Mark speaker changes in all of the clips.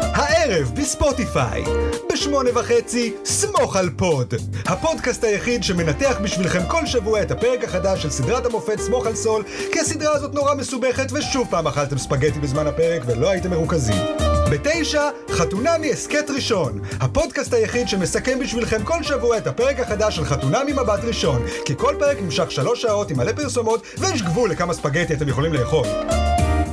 Speaker 1: הערב בספוטיפיי. בשמונה וחצי, סמוך על פוד. הפודקאסט היחיד שמנתח בשבילכם כל שבוע את הפרק החדש של סדרת המופת סמוך על סול, כי הסדרה הזאת נורא מסובכת ושוב פעם אכלתם ספגטי בזמן הפרק ולא הייתם מרוכזים. בתשע, חתונמי הסכת ראשון. הפודקאסט היחיד שמסכם בשבילכם כל שבוע את הפרק החדש של חתונמי מבט ראשון, כי כל פרק נמשך שלוש שעות עם מלא פרסומות, ויש גבול לכמה ספגטי אתם יכולים לאכול.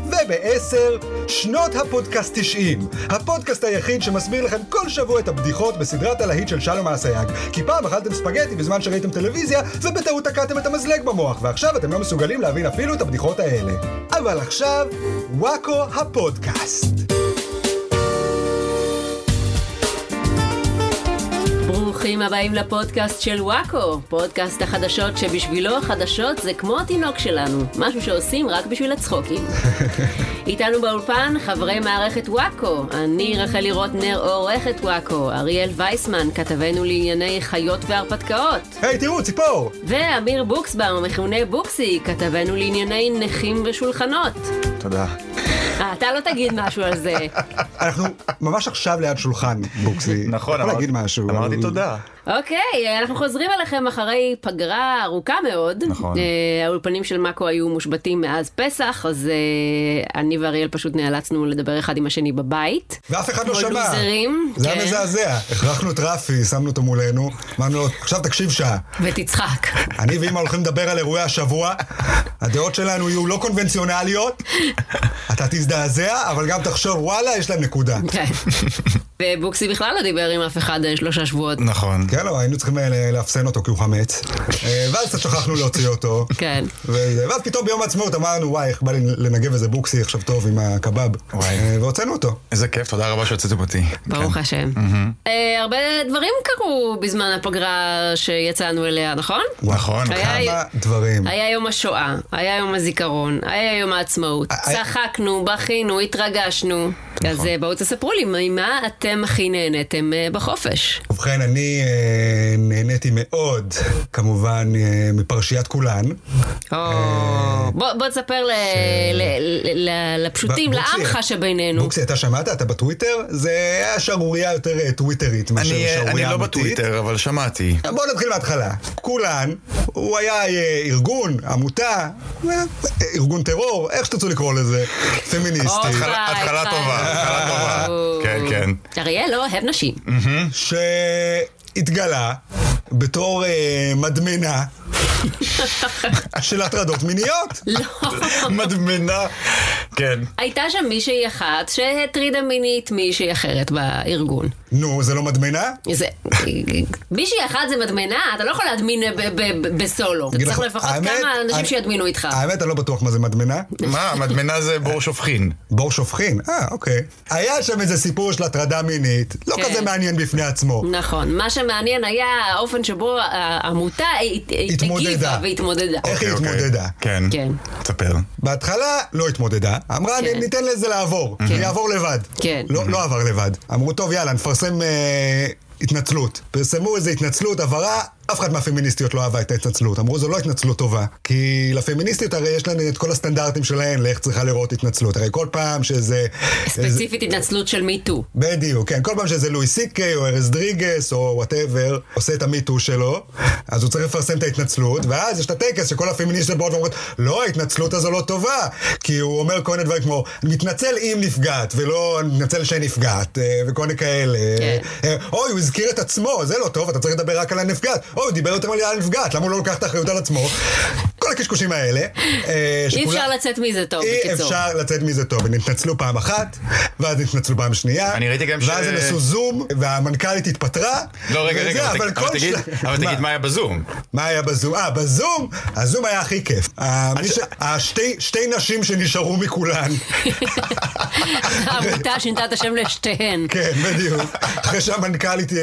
Speaker 1: ובעשר, שנות הפודקאסט 90. הפודקאסט היחיד שמסביר לכם כל שבוע את הבדיחות בסדרת הלהיט של שלום אסייג. כי פעם אכלתם ספגטי בזמן שראיתם טלוויזיה, ובטעות תקעתם את המזלג במוח, ועכשיו אתם לא מסוגלים להבין אפילו את הבדיחות האלה. אבל עכשיו, וואקו הפודקאסט.
Speaker 2: ברוכים הבאים לפודקאסט של וואקו, פודקאסט החדשות שבשבילו החדשות זה כמו התינוק שלנו, משהו שעושים רק בשביל הצחוקים. איתנו באולפן חברי מערכת וואקו, אני רחלי רוטנר עורכת וואקו, אריאל וייסמן, כתבנו לענייני חיות והרפתקאות,
Speaker 1: היי, תראו, ציפור!
Speaker 2: ואמיר בוקסבאום, המכונה בוקסי, כתבנו לענייני נכים ושולחנות.
Speaker 1: תודה.
Speaker 2: אה, אתה לא תגיד משהו על זה.
Speaker 1: אנחנו ממש עכשיו ליד שולחן, בוקסי. אתה
Speaker 3: נכון,
Speaker 1: יכול
Speaker 3: אמרת-
Speaker 1: להגיד משהו.
Speaker 3: אמרתי
Speaker 1: אבל-
Speaker 3: תודה.
Speaker 2: אוקיי, אנחנו חוזרים אליכם אחרי פגרה ארוכה מאוד.
Speaker 3: נכון.
Speaker 2: אה, האולפנים של מאקו היו מושבתים מאז פסח, אז אה, אני ואריאל פשוט נאלצנו לדבר אחד עם השני בבית.
Speaker 1: ואף אחד לא
Speaker 2: כמו
Speaker 1: שמע.
Speaker 2: לוזרים,
Speaker 1: זה
Speaker 2: כן.
Speaker 1: היה מזעזע. הכרחנו את רפי, שמנו אותו מולנו, אמרנו לו, עכשיו תקשיב שעה.
Speaker 2: ותצחק.
Speaker 1: אני ואימא הולכים לדבר על אירועי השבוע, הדעות שלנו יהיו לא קונבנציונליות, אתה תזדעזע, אבל גם תחשוב, וואלה, יש להם נקודה.
Speaker 2: כן. ובוקסי בכלל לא דיבר עם אף אחד אה, שלושה שבועות.
Speaker 3: נכון.
Speaker 1: כן, לא, היינו צריכים אה, לאפסן אותו כי הוא חמץ, אה, ואז קצת שכחנו להוציא אותו.
Speaker 2: כן.
Speaker 1: וזה, ואז פתאום ביום העצמאות אמרנו, וואי, איך בא לי לנגב איזה בוקסי עכשיו טוב עם הקבב.
Speaker 3: וואי.
Speaker 1: אה, והוצאנו אותו.
Speaker 3: איזה כיף, תודה רבה שהוצאתם אותי. כן.
Speaker 2: ברוך השם. אה, הרבה דברים קרו בזמן הפגרה שיצאנו אליה, נכון?
Speaker 3: נכון,
Speaker 2: היה-
Speaker 1: כמה דברים.
Speaker 2: היה יום השואה, היה יום הזיכרון, היה יום העצמאות.
Speaker 1: היה-
Speaker 2: צחקנו, בכינו, התרגשנו.
Speaker 1: נכון.
Speaker 2: אז אה, בואו תספרו לי, ממה אתם הכי נהניתם אה, בחופש?
Speaker 1: ובכן, אני אה, נהניתי מאוד, כמובן, אה, מפרשיית כולן.
Speaker 2: או,
Speaker 1: אה.
Speaker 2: בוא בוא תספר ל- ל- ל- ל- לפשוטים,
Speaker 1: ב-
Speaker 2: לעמך
Speaker 1: בוקסי,
Speaker 2: שבינינו.
Speaker 1: בוקסי, אתה שמעת? אתה בטוויטר? זה היה שערורייה יותר אה, טוויטרית מאשר
Speaker 3: אני
Speaker 1: שערורייה
Speaker 3: אה, אני
Speaker 1: אמיתית.
Speaker 3: לא בטוויטר, אבל שמעתי.
Speaker 1: בואו נתחיל מההתחלה. כולן, הוא היה אה, ארגון, עמותה, אה, ארגון טרור, איך שתרצו לקרוא לזה, פמיניסטי,
Speaker 2: אוי,
Speaker 3: התחלה-
Speaker 2: ביי,
Speaker 3: התחלה
Speaker 2: ביי.
Speaker 3: טובה, התחלה טובה.
Speaker 2: או.
Speaker 3: כן, כן.
Speaker 2: אריאל לא אוהב נשים.
Speaker 1: שהתגלה בתור אה, מדמנה של הטרדות מיניות.
Speaker 3: מדמנה. כן.
Speaker 2: הייתה שם מישהי אחת שהטרידה מינית מישהי אחרת בארגון.
Speaker 1: נו, זה לא מדמנה?
Speaker 2: זה... מישהי אחת זה מדמנה, אתה לא יכול להדמין ב- ב- ב- בסולו. אתה
Speaker 1: אגיד
Speaker 2: צריך
Speaker 1: לך,
Speaker 2: לפחות
Speaker 1: האמת,
Speaker 2: כמה אנשים
Speaker 1: האמת-
Speaker 2: שידמינו איתך.
Speaker 1: האמת, אני לא בטוח מה זה מדמנה.
Speaker 3: מה, מדמנה זה בור שופכין.
Speaker 1: בור שופכין, אה, אוקיי. היה שם איזה סיפור של הטרדה מינית, לא
Speaker 2: כן.
Speaker 1: כזה מעניין בפני עצמו.
Speaker 2: נכון, מה שמעניין היה האופן שבו אה, העמותה הת-
Speaker 1: התמודדה.
Speaker 2: הגיבה והתמודדה.
Speaker 1: איך היא
Speaker 3: אוקיי,
Speaker 1: התמודדה?
Speaker 3: כן.
Speaker 2: כן.
Speaker 3: תספר.
Speaker 1: בהתחלה לא התמודדה, אמרה
Speaker 2: כן.
Speaker 1: כן. ניתן לזה לעבור, כן. יעבור לבד.
Speaker 2: כן.
Speaker 1: לא, לא עבר לבד. אמרו טוב יאללה נפרסם אה, התנצלות. פרסמו איזה התנצלות, הבהרה, אף אחת מהפמיניסטיות לא אהבה את ההתנצלות. אמרו זו לא התנצלות טובה, כי לפמיניסטיות הרי יש להן את כל הסטנדרטים שלהן לאיך צריכה להיראות התנצלות. הרי כל פעם שזה... איזה-
Speaker 2: ספציפית התנצלות של מיטו.
Speaker 1: בדיוק, כן. כל פעם שזה לואי סי קיי או ארז דריגס או וואטאבר עושה את המיטו שלו, אז הוא צריך לפרסם את ההתנצלות, ואז יש את הטקס שכל הפמיניסטיות באות ואומרות, לא, ההתנצלות הזו לא טובה, כי הוא אומר כל מיני דברים כמו, מתנצל אם נפגעת, ולא מתנצל שנפגעת, אה, וכל מיני כאלה.
Speaker 2: כן.
Speaker 1: אה, אוי, הוא הזכיר את עצמו, זה לא טוב, אתה צריך לדבר רק על הנפגעת. אוי, הוא דיבר יותר מדי על הנפגעת, למה הוא לא לוקח את האחריות על עצמו? כל הקשקושים האלה. אה,
Speaker 2: אי
Speaker 1: שכולם-
Speaker 2: אפשר לצאת מזה טוב,
Speaker 1: אי
Speaker 2: בקיצור.
Speaker 1: אפשר לצאת מזה טוב, הם התנצלו פעם אחת, ואז התנצלו פעם שנייה,
Speaker 3: אני ראיתי גם ש-
Speaker 1: ואז הם עשו זום, והמנכ"לית התפטרה,
Speaker 3: לא, רגע,
Speaker 1: וזה,
Speaker 3: רגע, אבל
Speaker 1: אבל
Speaker 3: תג-
Speaker 1: כל
Speaker 3: אבל תגיד-
Speaker 1: של-
Speaker 3: אבל תגיד מה היה בזום.
Speaker 1: מה היה בזום? אה, בזום, הזום היה הכי כיף. ה- מי ש- השתי שתי נשים שנשארו מכולן,
Speaker 2: העמותה שינתה את השם לשתיהן.
Speaker 1: כן, בדיוק, אחרי שהמנכ"לית אה,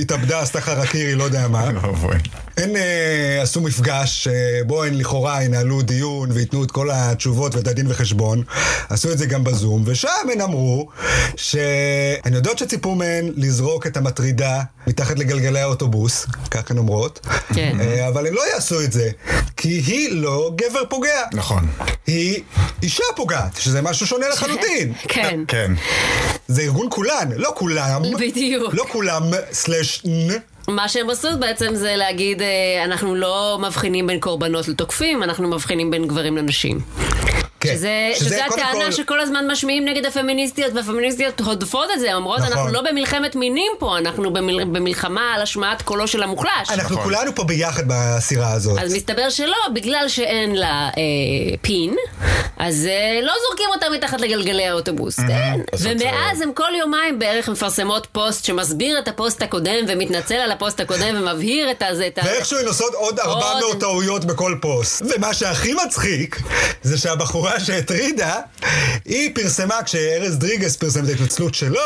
Speaker 1: התאבדה, עשתה חרקירי, לא יודע מה.
Speaker 3: אוי.
Speaker 1: הן אה, עשו מפגש שבו הן לכאורה ינהלו דיון וייתנו את כל התשובות ואת הדין וחשבון. עשו את זה גם בזום, ושם הן אמרו שהן יודעות שציפו מהן לזרוק את המטרידה מתחת לגלגלי האוטובוס, כך הן אומרות,
Speaker 2: כן.
Speaker 1: אה, אבל הן לא יעשו את זה, כי היא לא גבר פוגע.
Speaker 3: נכון.
Speaker 1: היא אישה פוגעת, שזה משהו שונה לחלוטין.
Speaker 2: כן.
Speaker 3: כן.
Speaker 1: זה ארגון כולן, לא כולם.
Speaker 2: בדיוק.
Speaker 1: לא כולם, סלאש נ.
Speaker 2: מה שהם עשו בעצם זה להגיד, אה, אנחנו לא מבחינים בין קורבנות לתוקפים, אנחנו מבחינים בין גברים לנשים.
Speaker 1: כן.
Speaker 2: שזה, שזה, שזה
Speaker 1: קודם
Speaker 2: הטענה
Speaker 1: כל-
Speaker 2: שכל הזמן משמיעים נגד הפמיניסטיות, והפמיניסטיות הודפות את זה, אומרות,
Speaker 1: נכון.
Speaker 2: אנחנו לא במלחמת מינים פה, אנחנו במל, במלחמה על השמעת קולו של המוחלש.
Speaker 1: אנחנו
Speaker 3: נכון.
Speaker 1: כולנו פה ביחד בסירה הזאת.
Speaker 2: אז מסתבר שלא, בגלל שאין לה אה, פין, אז אה, לא זורקים אותה מתחת לגלגלי האוטובוס, כן?
Speaker 3: אז את,
Speaker 2: ומאז
Speaker 1: אה,
Speaker 2: הם כל יומיים בערך מפרסמות פוסט שמסביר את הפוסט הקודם ומתנצל על הפוסט הקודם ומבהיר את הזה, את ה...
Speaker 1: ואיכשהו הן עושות עוד 400 טעויות בכל פוסט. ומה שהכי מצחיק, זה שהבחורה שהטרידה, היא פרסמה, כשארז דריגס פרסם את ההתנצלות שלו,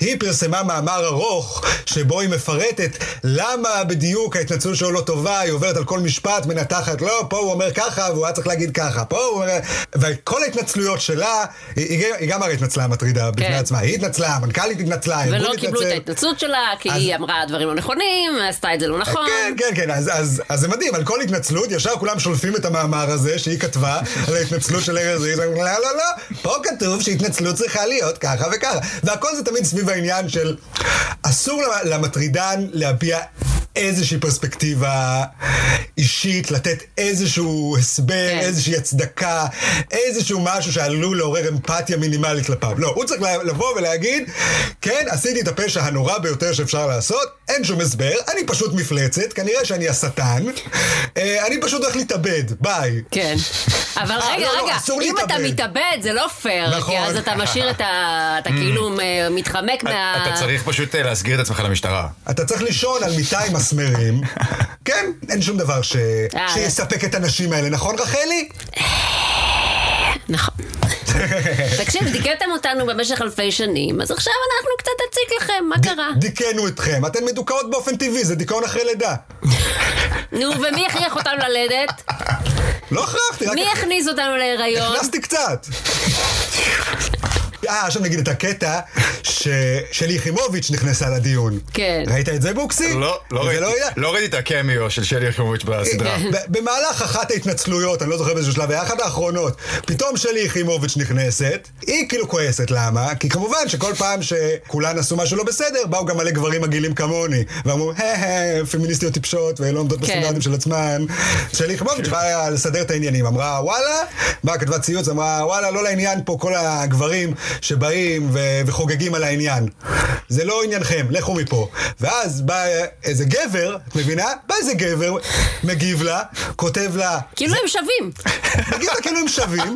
Speaker 1: היא פרסמה מאמר ארוך, שבו היא מפרטת למה בדיוק ההתנצלות שלו לא טובה, היא עוברת על כל משפט, מנתחת, לא, פה הוא אומר ככה, והוא היה צריך להגיד ככה, פה הוא אומר... וכל ההתנצלות שלה, היא- היא גם- היא גם הרי התנצלה המטרידה בפני
Speaker 2: כן.
Speaker 1: עצמה, היא התנצלה, המנכ"לית התנצלה, הארגון התנצל.
Speaker 2: ולא קיבלו את ההתנצלות שלה, כי
Speaker 1: אז-
Speaker 2: היא אמרה דברים לא נכונים, עשתה את זה לא נכון.
Speaker 1: כן, כן, כן, אז, אז, אז זה מדהים, על כל התנצלות, ישר כולם שולפים את המאמר הזה שהיא כתבה על ההתנצלות של ארז ריז, לא, לא, לא, פה כתוב שהתנצלות צריכה להיות ככה וככה. והכל זה תמיד סביב העניין של אסור למ- למטרידן להביע... איזושהי פרספקטיבה אישית, לתת איזשהו הסבר,
Speaker 2: כן.
Speaker 1: איזושהי הצדקה, איזשהו משהו שעלול לעורר אמפתיה מינימלית כלפיו. לא, הוא צריך לה- לבוא ולהגיד, כן, עשיתי את הפשע הנורא ביותר שאפשר לעשות, אין שום הסבר, אני פשוט מפלצת, כנראה שאני השטן, אה, אני פשוט הולך להתאבד, ביי.
Speaker 2: כן. אבל
Speaker 1: אה,
Speaker 2: רגע,
Speaker 1: לא, לא,
Speaker 2: רגע,
Speaker 1: אסור
Speaker 2: אם אתה
Speaker 1: להתאבד.
Speaker 2: מתאבד זה לא פייר,
Speaker 1: נכון.
Speaker 2: כי אז אתה משאיר את ה... אתה כאילו מ- מתחמק מה...
Speaker 3: אתה צריך פשוט אה, להסגיר את עצמך למשטרה.
Speaker 1: אתה צריך לישון על מיטה עם מסמרים. כן, אין שום דבר ש...
Speaker 2: אה,
Speaker 1: שיספק את הנשים האלה, נכון רחלי?
Speaker 2: נכון. תקשיב, דיכאתם אותנו במשך אלפי שנים, אז עכשיו אנחנו קצת נציק לכם, מה קרה?
Speaker 1: דיכאנו אתכם, אתן מדוכאות באופן טבעי, זה דיכאון אחרי לידה.
Speaker 2: נו, ומי הכריח אותנו ללדת?
Speaker 1: לא הכרחתי, רק
Speaker 2: מי הכניס אותנו להיריון?
Speaker 1: הכנסתי קצת. אה, עכשיו נגיד את הקטע ש- שלי יחימוביץ' נכנסה לדיון.
Speaker 2: כן.
Speaker 1: ראית את זה בוקסי?
Speaker 3: לא, לא
Speaker 1: זה
Speaker 3: ראיתי.
Speaker 1: היה-
Speaker 3: לא ראיתי את הקמיו של שלי יחימוביץ'
Speaker 2: כן.
Speaker 3: בסדרה.
Speaker 1: אה, ב- במהלך אחת ההתנצלויות, אני לא זוכר באיזה שלב, היה אחת האחרונות, פתאום שלי יחימוביץ' נכנסת, היא כאילו כועסת, למה? כי כמובן שכל פעם שכולן עשו משהו לא בסדר, באו גם מלא גברים מגעילים כמוני, ואמרו, הא פמיניסטיות טיפשות, ולא עומדות בסטנדרטים של עצמן. שלי יחימוביץ' באה לסדר את העניינים, אמרה, וואלה, באה, כתבה ציוץ, אמרה, וואלה, לא לעניין פה כל הגברים שבאים ו- וחוגגים על העניין. זה לא עניינכם, לכו מפה. ואז בא איזה גבר, את מבינה? בא איזה גבר, מגיב לה, כותב לה,
Speaker 2: כאילו הם שווים.
Speaker 1: מגיב לה כאילו הם שווים,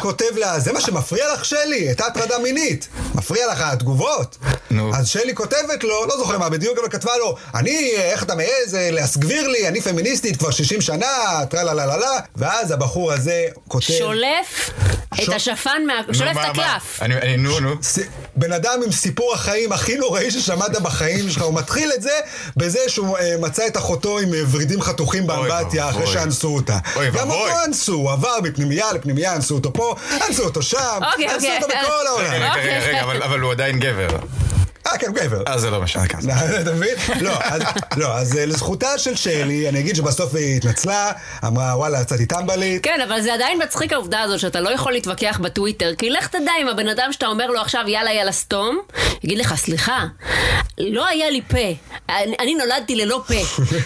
Speaker 1: כותב לה, זה מה שמפריע לך, שלי? הייתה הטרדה מינית. מפריע לך התגובות?
Speaker 3: נו.
Speaker 1: אז שלי כותבת לו, לא זוכר מה בדיוק, אבל כתבה לו, אני, איך אתה מעז אה, להסגביר לי, אני פמיניסטית כבר 60 שנה, טרה לה לה לה לה, ואז הבחור הזה כותב...
Speaker 2: שולף את
Speaker 1: שול-
Speaker 2: השפן מה...
Speaker 3: נו,
Speaker 2: שולף
Speaker 3: מה,
Speaker 2: את
Speaker 3: מה?
Speaker 2: הקלף.
Speaker 3: אני- אני- נו, נו.
Speaker 1: ס- בן אדם עם סיפור החיים הכי נוראי ששמעת בחיים שלך, הוא מתחיל את זה בזה שהוא אה, מצא את אחותו עם אה, ורידים חתוכים באמבטיה אחרי
Speaker 3: ואבוי.
Speaker 1: שאנסו אותה.
Speaker 3: אוי
Speaker 1: גם
Speaker 3: ואבוי.
Speaker 1: אותו אנסו, הוא עבר מפנימייה לפנימייה, אנסו אותו פה, אנסו אותו שם,
Speaker 2: אוקיי,
Speaker 1: אנסו
Speaker 2: אוקיי.
Speaker 1: אותו בכל
Speaker 3: רגע,
Speaker 1: העולם.
Speaker 3: רגע, רגע,
Speaker 2: אוקיי.
Speaker 3: רגע, אבל- אבל הוא עדיין גבר.
Speaker 1: אה, כן, גבר.
Speaker 3: אז זה לא משנה כאן.
Speaker 1: אתה מבין? לא, אז- לא, אז אה, לזכותה של שלי, אני אגיד שבסוף היא התנצלה, אמרה וואלה, יצאתי טמבלית.
Speaker 2: כן, אבל זה עדיין מצחיק העובדה הזאת שאתה לא יכול להתווכח בטוויטר, כי לך תדע אם הבן אדם שאתה אומר לו עכשיו יאללה יאללה סתום, יגיד לך סליחה, לא היה לי פה, אני, אני נולדתי ללא פה,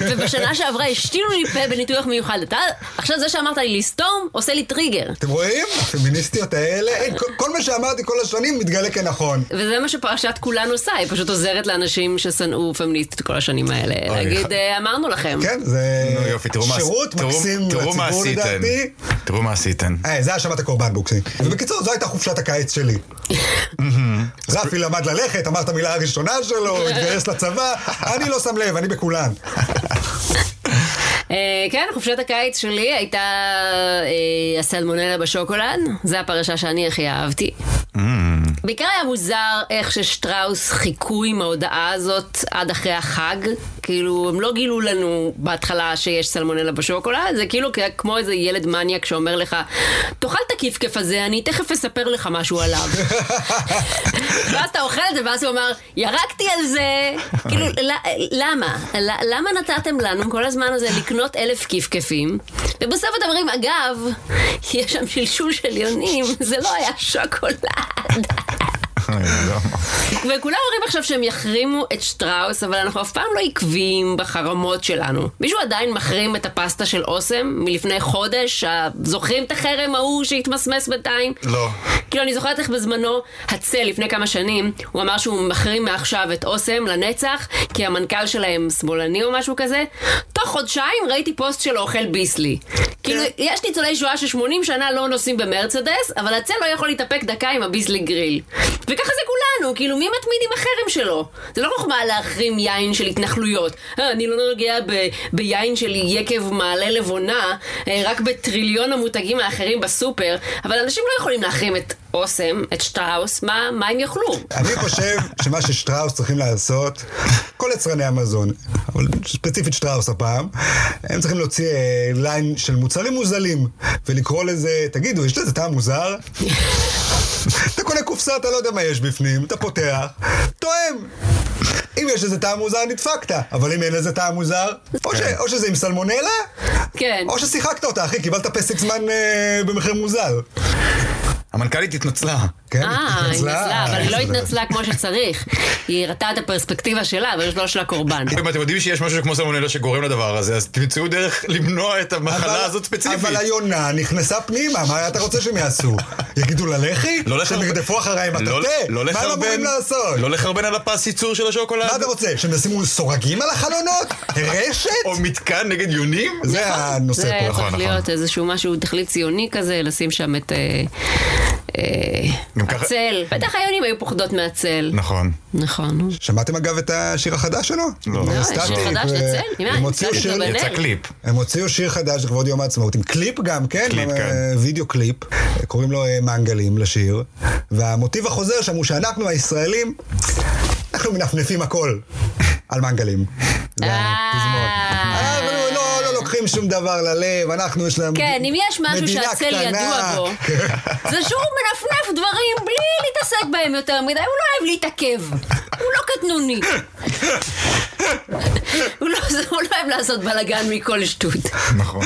Speaker 2: ובשנה שעברה השתילו לי פה בניתוח מיוחד. אתה, עכשיו זה שאמרת לי לסתום, עושה לי טריגר.
Speaker 1: אתם רואים? הפמיניסטיות האלה, אין, כל- כל מה שאמרתי כל השנים מתגלה כנכון.
Speaker 2: וזה מה שפרשת כולנו עושה, היא פשוט עוזרת לאנשים ששנאו פמיניסטית כל השנים האלה,
Speaker 3: אוי,
Speaker 2: להגיד
Speaker 3: ח-
Speaker 2: "אה, אמרנו לכם.
Speaker 1: כן, זה
Speaker 3: נו, יופי, תראו מה
Speaker 1: שירות
Speaker 3: תראו-
Speaker 1: מקסים
Speaker 3: תראו מה
Speaker 1: לציבור
Speaker 3: עשיתם. Mm-hmm.
Speaker 1: לדעתי.
Speaker 3: תראו מה עשיתם.
Speaker 1: אה, זה האשמת הקורבן בוקסי. ובקיצור, זו הייתה חופשת הקיץ שלי.
Speaker 3: Mm-hmm.
Speaker 1: רפי למד ללכת, אמר את המילה הראשונה שלו, התגייס לצבא, אני לא שם לב, אני בכולן.
Speaker 2: אה, כן, חופשת הקיץ שלי הייתה אה, הסלמונלה בשוקולד, זו הפרשה שאני הכי אהבתי. בעיקר היה מוזר איך ששטראוס חיכו עם ההודעה הזאת עד אחרי החג. כאילו, הם לא גילו לנו בהתחלה שיש סלמונלה בשוקולד, זה כאילו כ- כמו איזה ילד מניאק שאומר לך, תאכל את הכיפכף הזה, אני תכף אספר לך משהו עליו. ואז אתה אוכל את זה, ואז הוא אמר, ירקתי על זה. כאילו, ל- למה? ל- למה נתתם לנו כל הזמן הזה לקנות אלף כיפכפים? ובסוף אתם אומרים, אגב, יש שם שלשול של יונים, זה לא היה שוקולד.
Speaker 3: אוי, לא.
Speaker 2: וכולם אומרים עכשיו שהם יחרימו את שטראוס, אבל אנחנו אף פעם לא עקביים בחרמות שלנו. מישהו עדיין מחרים את הפסטה של אוסם מלפני חודש? ה- זוכרים את החרם ההוא שהתמסמס בינתיים?
Speaker 3: לא.
Speaker 2: כאילו, אני זוכרת איך בזמנו, הצל, לפני כמה שנים, הוא אמר שהוא מחרים מעכשיו את אוסם לנצח, כי המנכ"ל שלהם שמאלני או משהו כזה. תוך חודשיים ראיתי פוסט שלו אוכל ביסלי. כאילו, יש ניצולי שואה ש-80 שנה לא נוסעים במרצדס, אבל הצל לא יכול להתאפק דקה עם הביסלי גריל. וככה זה כולנו, כאילו, מי מתמיד עם החרם שלו? זה לא חוכמה להחרים יין של התנחלויות. אה, אני לא נוגע ב- ביין של יקב מעלה לבונה, אה, רק בטריליון המותגים האחרים בסופר, אבל אנשים לא יכולים להחרים את אוסם, את שטראוס, מה, מה הם יאכלו?
Speaker 1: אני חושב שמה ששטראוס צריכים לעשות, כל יצרני המזון, אבל ספציפית שטראוס הפעם, הם צריכים להוציא אה, ליין של מוצרים מוזלים, ולקרוא לזה, תגידו, יש לזה טעם מוזר? אתה קונה קופסה, אתה לא יודע מה יש בפנים, אתה פותח, תואם. אם יש לזה טעם מוזר, נדפקת, אבל אם אין לזה טעם מוזר, או, ש,
Speaker 3: כן.
Speaker 1: או שזה עם סלמונלה,
Speaker 2: כן.
Speaker 1: או ששיחקת אותה, אחי, קיבלת פסק זמן אה, במחיר מוזל.
Speaker 3: המנכ"לית התנצלה.
Speaker 1: כן,
Speaker 2: אה, היא התנצלה, אבל היא לא
Speaker 1: התנצלה.
Speaker 2: התנצלה כמו שצריך. היא הראתה את הפרספקטיבה שלה, אבל לא של הקורבן.
Speaker 3: אם אתם יודעים שיש משהו כמו סלמונלה שגורם לדבר הזה, אז תמצאו דרך למנוע את המחלה הזאת ספציפית.
Speaker 1: אבל היונה נכנסה פנימה, מה אתה רוצה שהם יעשו? יגידו לה לחי?
Speaker 3: לא
Speaker 1: שהם
Speaker 3: לחרבן-
Speaker 1: ירדפו אחריי עם הטאטה?
Speaker 3: לא- לא
Speaker 1: מה הם
Speaker 3: לחרבן-
Speaker 1: אמורים לעשות?
Speaker 3: לא לחרבן על הפס ייצור של השוקולד?
Speaker 1: מה אתה רוצה, שהם ישימו סורגים על החלונות? רשת?
Speaker 3: או מתקן נגד יונים?
Speaker 1: זה הנושא
Speaker 2: נכון, זה
Speaker 1: פה.
Speaker 2: צריך
Speaker 3: נכון.
Speaker 2: להיות איזשהו משהו, תכלית ציוני כזה, לשים שם את אה, אה,
Speaker 3: גם ככה-
Speaker 2: הצל. בטח היונים היו פוחדות מהצל.
Speaker 3: נכון.
Speaker 2: נכון.
Speaker 1: שמעתם אגב את השיר החדש שלו?
Speaker 3: לא.
Speaker 1: עם
Speaker 3: לא,
Speaker 2: יש שיר
Speaker 1: סטטיק
Speaker 2: חדש
Speaker 1: ו-
Speaker 2: לצל? מה,
Speaker 1: הם הוציאו
Speaker 2: נמצא
Speaker 1: שיר...
Speaker 2: בנט?
Speaker 3: יצא קליפ.
Speaker 1: הם הוציאו שיר חדש לכבוד יום העצמאות, עם קליפ גם, כן?
Speaker 3: קליפ,
Speaker 1: אה,
Speaker 3: כן.
Speaker 1: וידאו קליפ, קוראים לו אה, מנגלים לשיר, והמוטיב החוזר שם הוא שאנחנו הישראלים, אנחנו מנפנפים הכל על מנגלים. זה התזמורת.
Speaker 2: אה.
Speaker 1: אנחנו לא, לא לוקחים שום דבר ללב, אנחנו יש להם
Speaker 2: כן, אם יש משהו
Speaker 1: מדינה
Speaker 2: שהצל ידוע
Speaker 1: קטנה.
Speaker 2: בו, זה שהוא מנפנף דברים בלי להתעסק בהם יותר מדי, הוא לא אוהב להתעכב. הוא לא קטנוני. הוא לא הוא לא אוהב לעשות בלאגן מכל שטות.
Speaker 3: נכון.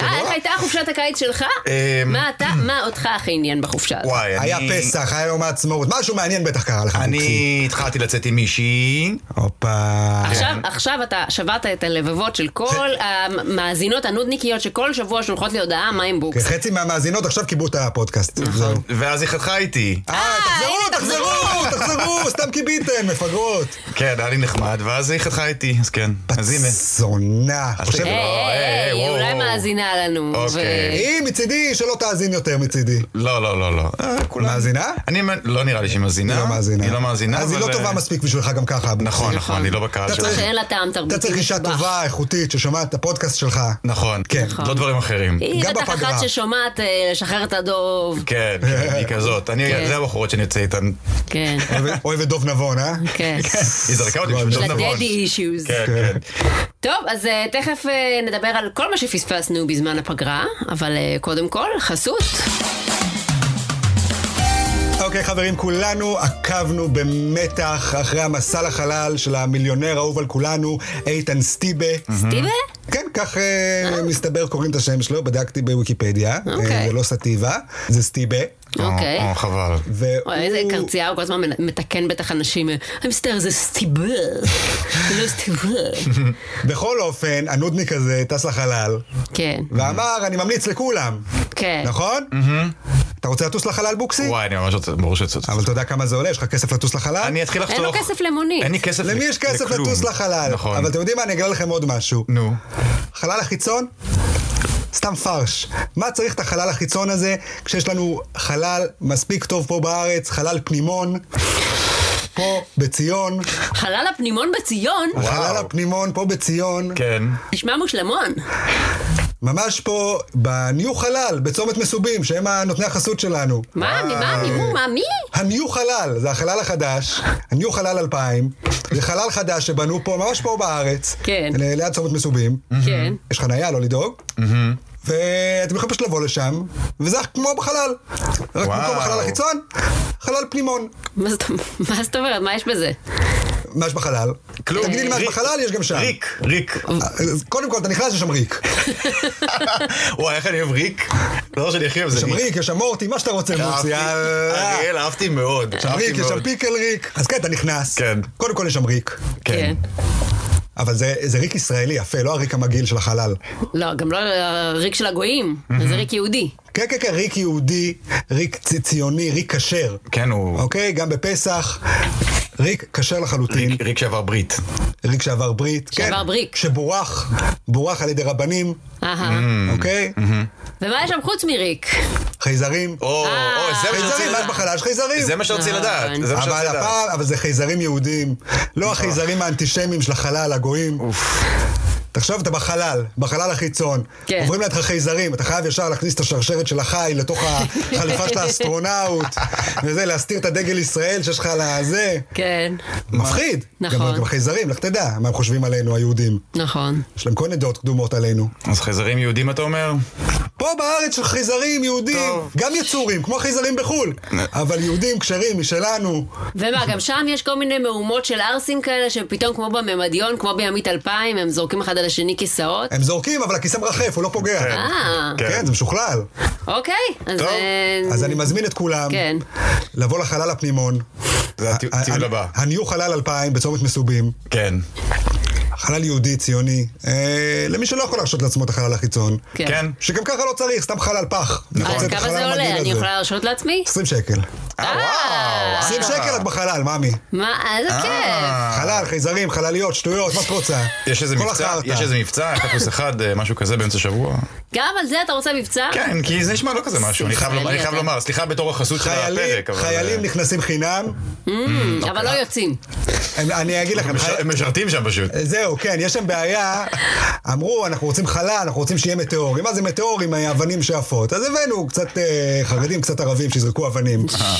Speaker 2: אה, איך הייתה חופשת הקיץ שלך?
Speaker 3: אמ,
Speaker 2: מה אתה, מה אותך הכי עניין בחופשה הזאת?
Speaker 3: וואי, אני...
Speaker 1: היה פסח, היה יום העצמאות, משהו מעניין בטח קרה לך. בוקסי.
Speaker 3: אני התחלתי לצאת עם מישהי.
Speaker 1: הופה.
Speaker 2: עכשיו, עכשיו אתה שברת את הלבבות של כל המאזינות הנודניקיות שכל שבוע שולחות לי הודעה מה עם בוקס.
Speaker 1: חצי מהמאזינות עכשיו קיבלו את הפודקאסט.
Speaker 3: נכון.
Speaker 1: זהו.
Speaker 3: ואז היא חתכה איתי.
Speaker 1: אה,
Speaker 2: הנה,
Speaker 1: תחזרו, תחזרו, תחזרו, סתם קיביתם, מפגרות.
Speaker 3: כן, היה לי נחמד, ואז היא חתכה איתי, אז כן. אז הנה.
Speaker 1: זונה. חושב-
Speaker 3: תגיד.
Speaker 2: היי,
Speaker 3: לא, היי,
Speaker 2: היי, היא
Speaker 3: וואו.
Speaker 2: אולי מאזינה לנו.
Speaker 3: אוקיי.
Speaker 2: ו-
Speaker 1: היא מצידי, שלא תאזין יותר מצידי.
Speaker 3: לא, לא, לא, לא. אה, כולם-
Speaker 1: מאזינה?
Speaker 3: אני מ- לא נראה לי שהיא מאזינה.
Speaker 1: היא לא מאזינה.
Speaker 3: היא לא מאזינה.
Speaker 1: אז היא לא
Speaker 3: אבל,
Speaker 1: טובה
Speaker 3: אה,
Speaker 1: מספיק בשבילך גם ככה. אבו.
Speaker 2: נכון.
Speaker 3: נכון, נכון, היא לא בקהל
Speaker 1: אתה
Speaker 3: שלך.
Speaker 1: צריך-
Speaker 2: שאין לה טעם תרבותי.
Speaker 1: אתה צריך אישה
Speaker 2: מטבח.
Speaker 1: טובה, איכותית, ששומעת את הפודקאסט שלך.
Speaker 3: נכון.
Speaker 1: כן.
Speaker 2: נכון.
Speaker 3: לא דברים אחרים.
Speaker 2: היא
Speaker 1: גם
Speaker 2: בטח
Speaker 1: בפגרה.
Speaker 2: אחת ששומעת אה, לשחרר את הדוב.
Speaker 3: כן, כן, היא כזאת. אני, זה הבחורות שאני יוצא איתן.
Speaker 2: כן,
Speaker 1: אוהבת- אוהבת דוב נבון, אה?
Speaker 2: כן.
Speaker 3: היא זרקה אותי בשביל
Speaker 1: של
Speaker 3: שום דבר.
Speaker 2: לדדי אישיוז.
Speaker 3: כן, כן.
Speaker 2: טוב, אז אה, תכף אה, נדבר על כל מה שפספסנו בזמן הפגרה, אבל אה, קודם כל, חסות.
Speaker 3: כן.
Speaker 1: אוקיי חברים, כולנו עקבנו במתח אחרי המסע לחלל של המיליונר האהוב על כולנו, איתן סטיבה.
Speaker 2: טיבה?
Speaker 1: כן, כך אה, מסתבר קוראים את השם שלו, בדקתי בוויקיפדיה, אה,
Speaker 2: אוקיי.
Speaker 1: זה לא סטיבה, זה סטיבה.
Speaker 3: אה,
Speaker 2: אוקיי.
Speaker 3: או, או, חבל.
Speaker 1: והוא-
Speaker 2: אוי, איזה קרצייה, הוא כל הזמן מנ- מתקן בטח אנשים, אה, אני מצטער, זה סטיבה. זה לא סטיבה.
Speaker 1: בכל אופן, הנודניק הזה טס לחלל,
Speaker 2: כן,
Speaker 1: ואמר, אני ממליץ לכולם,
Speaker 2: כן.
Speaker 1: נכון? אתה רוצה לטוס לחלל, בוקסי?
Speaker 3: וואי, אני ממש רוצה, ברור שצריך.
Speaker 1: אבל אתה יודע כמה זה עולה? יש לך כסף לטוס לחלל?
Speaker 3: אני אתחיל לחתוך.
Speaker 2: אין לו כסף למונית.
Speaker 3: אין לי כסף
Speaker 1: למי יש כסף
Speaker 3: לכלום.
Speaker 1: לטוס לחלל?
Speaker 3: נכון.
Speaker 1: אבל אתם יודעים מה, אני אגלה לכם עוד משהו.
Speaker 3: נו.
Speaker 1: החלל החיצון? סתם פרש. מה צריך את החלל החיצון הזה כשיש לנו חלל מספיק טוב פה בארץ, חלל פנימון, פה בציון,
Speaker 2: חלל הפנימון בציון
Speaker 1: חלל הפנימון פה בציון,
Speaker 3: כן.
Speaker 2: נשמע מושלמון.
Speaker 1: ממש פה בניו חלל, בצומת מסובים, שהם הנותני החסות שלנו.
Speaker 2: מה, ממה, ממו, מה, מי?
Speaker 1: הניו חלל, זה החלל החדש, הניו חלל 2000, זה חלל חדש שבנו פה, ממש פה בארץ,
Speaker 2: כן.
Speaker 1: ל- ליד צומת מסובים.
Speaker 2: כן.
Speaker 1: יש חניה, לא לדאוג. ואתם יכולים פשוט לבוא לשם, וזה כמו בחלל. רק
Speaker 3: וואו.
Speaker 1: במקום החלל החיצון, חלל פנימון.
Speaker 2: מה זאת- מה זאת אומרת? מה יש בזה?
Speaker 1: מה יש בחלל?
Speaker 3: כלום.
Speaker 1: תגידי לי מה יש
Speaker 3: ריק.
Speaker 1: בחלל, יש גם שם.
Speaker 3: ריק, ריק.
Speaker 1: אז קודם כל, אתה נכנס, יש שם ריק.
Speaker 3: וואי, איך אני אוהב ריק. הדבר שאני הכי אוהב
Speaker 1: יש
Speaker 3: זה
Speaker 1: שם
Speaker 3: ריק.
Speaker 1: ריק, יש שם מורטי, מה שאתה רוצה,
Speaker 3: אהבתי.
Speaker 1: מורסי. אה,
Speaker 3: אריאל, אהבתי מאוד.
Speaker 1: יש שם
Speaker 3: אהבתי
Speaker 1: ריק, יש שם
Speaker 3: מאוד.
Speaker 1: פיקל ריק. אז כן, אתה נכנס.
Speaker 3: כן.
Speaker 1: קודם כל יש שם ריק.
Speaker 2: כן.
Speaker 3: כן.
Speaker 1: אבל זה זה ריק ישראלי יפה, לא הריק המגעיל של החלל.
Speaker 2: לא, גם לא הריק של הגויים, זה ריק יהודי.
Speaker 1: כן, כן, כן, ריק יהודי, ריק צ- ציוני, ריק כשר.
Speaker 3: כן, הוא...
Speaker 1: אוקיי? גם בפסח. ריק כשר לחלוטין,
Speaker 3: ריק- ריק שעבר ברית.
Speaker 1: ריק שעבר ברית.
Speaker 2: שעבר
Speaker 1: כן,
Speaker 2: בריק.
Speaker 1: שבורך, בורך על ידי רבנים,
Speaker 2: אהה.
Speaker 3: Mm-hmm.
Speaker 1: אוקיי?
Speaker 2: ומה יש שם חוץ מריק?
Speaker 1: חייזרים.
Speaker 3: או,
Speaker 2: אה.
Speaker 3: או, זה מה שרציתי
Speaker 1: חייזרים, מה יש בחלל? יש חייזרים.
Speaker 3: זה מה שרציתי
Speaker 2: אה,
Speaker 3: לדעת.
Speaker 2: הבנתי.
Speaker 3: זה מה נכון.
Speaker 1: אבל
Speaker 3: שרציתי לדעת.
Speaker 1: הפעם, אבל זה חייזרים יהודים, לא החייזרים האנטישמיים של החלל, הגויים. תחשוב, אתה בחלל, בחלל החיצון.
Speaker 2: כן.
Speaker 1: עוברים לידך חייזרים, אתה חייב ישר להכניס את השרשרת של החי לתוך החליפה של האסטרונאוט, וזה, להסתיר את הדגל ישראל שיש לך על הזה.
Speaker 2: כן,
Speaker 1: מפחיד.
Speaker 2: נכון.
Speaker 1: גם, גם חייזרים, לך תדע מה הם חושבים עלינו, היהודים.
Speaker 2: נכון.
Speaker 1: יש להם כל מיני דעות קדומות עלינו.
Speaker 3: אז חייזרים יהודים אתה אומר?
Speaker 1: פה בארץ של חייזרים, יהודים,
Speaker 3: טוב.
Speaker 1: גם יצורים, כמו חייזרים בחו"ל. אבל יהודים כשרים משלנו.
Speaker 2: ומה, גם שם יש כל מיני מהומות של ערסים כאלה, שפתאום כמו בממדיון, כמו בימית 2000, הם זורקים אחד על השני כיסאות?
Speaker 1: הם זורקים, אבל הכיסא מרחף, הוא לא פוגע.
Speaker 3: כן.
Speaker 2: אה,
Speaker 3: כן.
Speaker 1: כן, זה משוכלל.
Speaker 2: אוקיי, אז...
Speaker 3: טוב,
Speaker 2: אה,
Speaker 1: אז אני מזמין את כולם
Speaker 2: כן.
Speaker 1: לבוא לחלל הפנימון.
Speaker 3: זה הטי- הטיול
Speaker 1: ה-
Speaker 3: הבא.
Speaker 1: הניו חלל 2000 בצומת מסובים.
Speaker 3: כן.
Speaker 1: חלל יהודי, ציוני. אה, למי שלא יכול להרשות לעצמו את החלל החיצון.
Speaker 3: כן.
Speaker 1: שגם ככה לא צריך, סתם חלל פח. אני רוצה
Speaker 2: אז
Speaker 1: את
Speaker 2: אה, כמה
Speaker 1: החלל
Speaker 2: זה
Speaker 1: המגעיל
Speaker 2: עולה? אני
Speaker 1: הזה.
Speaker 2: יכולה לא. להרשות לעצמי?
Speaker 1: 20 שקל.
Speaker 3: אה, וואו.
Speaker 1: 20
Speaker 3: אשכרה.
Speaker 1: שקל את בחלל, מאמי.
Speaker 2: מה, איזה כיף.
Speaker 3: אה.
Speaker 1: חלל, חייזרים, חלליות, שטויות, מה שאת רוצה.
Speaker 3: יש איזה
Speaker 1: כל
Speaker 3: מבצע,
Speaker 1: החרטא.
Speaker 3: יש איזה מבצע, אחד פלוס אחד, אה, משהו כזה באמצע שבוע.
Speaker 2: גם על זה אתה רוצה מבצע?
Speaker 3: כן, כי זה נשמע לא כזה משהו, אני חייב לומר- אני חייב לומר, סליחה בתור החסות של
Speaker 1: חיילים,
Speaker 3: הפרק, אבל... אה,
Speaker 1: חיילים נכנסים חינם.
Speaker 2: Mm,
Speaker 1: אוקיי.
Speaker 2: אבל לא יוצאים.
Speaker 1: הם- אני אגיד לכם,
Speaker 3: הם מש-
Speaker 1: חי-
Speaker 3: הם משרתים שם פשוט.
Speaker 1: זהו, כן, יש שם בעיה. אמרו, אנחנו רוצים חלל, אנחנו רוצים שיהיה מטאורים. מה זה מטאורים? אבנים שעפות. אז הבאנו קצת אה, חרדים, קצת ערבים, שיזרקו אבנים.
Speaker 3: אה.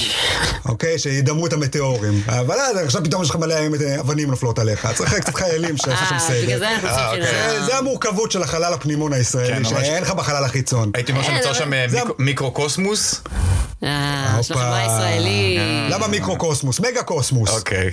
Speaker 1: אוקיי? שידמו את המטאורים. אבל אז עכשיו פתאום יש לך מלא אה, אבנים נופלות עליך. אז צריך קצת חיילים שיעשו שם
Speaker 2: אה, בגלל
Speaker 1: סדר.
Speaker 2: זה אנחנו
Speaker 3: אה,
Speaker 2: עושים
Speaker 3: אוקיי.
Speaker 1: זה-
Speaker 2: שלא.
Speaker 1: זה המורכבות של החלל הפנימון
Speaker 3: כן,
Speaker 1: הישראלי,
Speaker 3: ממש.
Speaker 1: שאין לך בחלל החיצון.
Speaker 3: הייתי אומר
Speaker 2: כן,
Speaker 3: שנוצר
Speaker 2: אבל-
Speaker 3: שם אה,
Speaker 1: זה-
Speaker 3: מיקרו- מיקרו-קוסמוס.
Speaker 2: אה, יש לך
Speaker 1: הופה.
Speaker 2: חברה ישראלית.
Speaker 1: למה מיקרו-קוסמוס? מגה-קוסמוס.
Speaker 3: אה. אוקיי.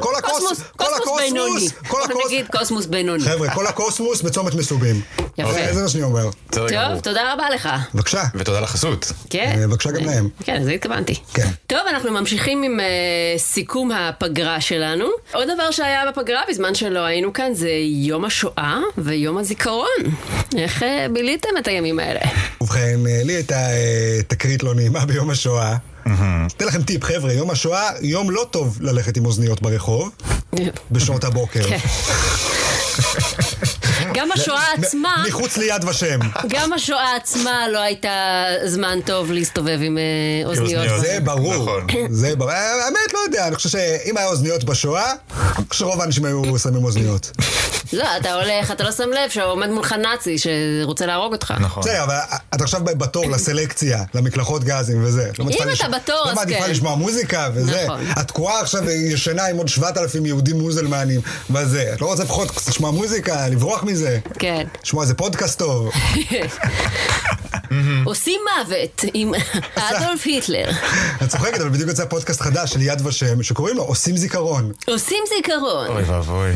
Speaker 1: כל הקוסמוס,
Speaker 2: קוסמוס,
Speaker 1: כל
Speaker 2: קוסמוס בינוני.
Speaker 1: הקוסמוס, כל
Speaker 2: בוא
Speaker 1: הקוסמוס.
Speaker 2: נגיד קוסמוס בינוני.
Speaker 1: חבר'ה, כל הקוסמוס בצומת מסובים. אוקיי,
Speaker 2: יפה.
Speaker 1: זה מה שאני אומר.
Speaker 3: בסדר
Speaker 2: טוב,
Speaker 3: גמור.
Speaker 2: תודה רבה לך.
Speaker 1: בבקשה.
Speaker 3: ותודה לחסות.
Speaker 2: כן.
Speaker 1: אה, בבקשה גם להם.
Speaker 2: כן, לזה התכוונתי.
Speaker 1: כן.
Speaker 2: טוב, אנחנו ממשיכים עם אה, סיכום הפגרה שלנו. עוד דבר שהיה בפגרה בזמן שלא היינו כאן זה יום השואה ויום הזיכרון. איך אה, ביליתם את הימים האלה?
Speaker 1: ובכן, אה, לי הייתה אה, תקרית לא נעימה ביום השואה. אתן לכם טיפ, חבר'ה, יום השואה, יום לא טוב ללכת עם אוזניות ברחוב, בשעות הבוקר.
Speaker 2: כן. גם השואה עצמה,
Speaker 1: מ- מחוץ ליד ושם.
Speaker 2: גם השואה עצמה לא הייתה זמן טוב להסתובב עם אה, אוזניות.
Speaker 3: אוזניות.
Speaker 1: זה ברור.
Speaker 3: נכון.
Speaker 1: זה ברור. אה, האמת, לא יודע, אני חושב שאם היה אוזניות בשואה, אני חושב שרוב האנשים היו שמים אוזניות.
Speaker 2: לא, אתה הולך, אתה לא שם לב שעומד מולך נאצי שרוצה להרוג אותך.
Speaker 3: נכון.
Speaker 1: בסדר, אבל אתה עכשיו בתור לסלקציה, למקלחות גזים וזה. לא מעדיפה
Speaker 2: אתה
Speaker 1: לש-
Speaker 2: בתור, אז
Speaker 1: לא מעדיפה
Speaker 2: כן.
Speaker 1: לשמוע מוזיקה וזה.
Speaker 2: נכון.
Speaker 1: את תקועה עכשיו ישנה עם עוד 7,000 יהודים מוזלמנים וזה. את לא רוצה לפחות קצת לשמוע מוזיקה, לברוח מזה.
Speaker 2: כן.
Speaker 1: לשמוע איזה פודקאסט טוב.
Speaker 2: עושים מוות עם אדולף היטלר.
Speaker 1: את צוחקת, אבל בדיוק יצא פודקאסט חדש של יד ושם, שקוראים לו עושים זיכרון.
Speaker 3: אה.
Speaker 2: עושים זיכרון.
Speaker 3: אוי ואבוי.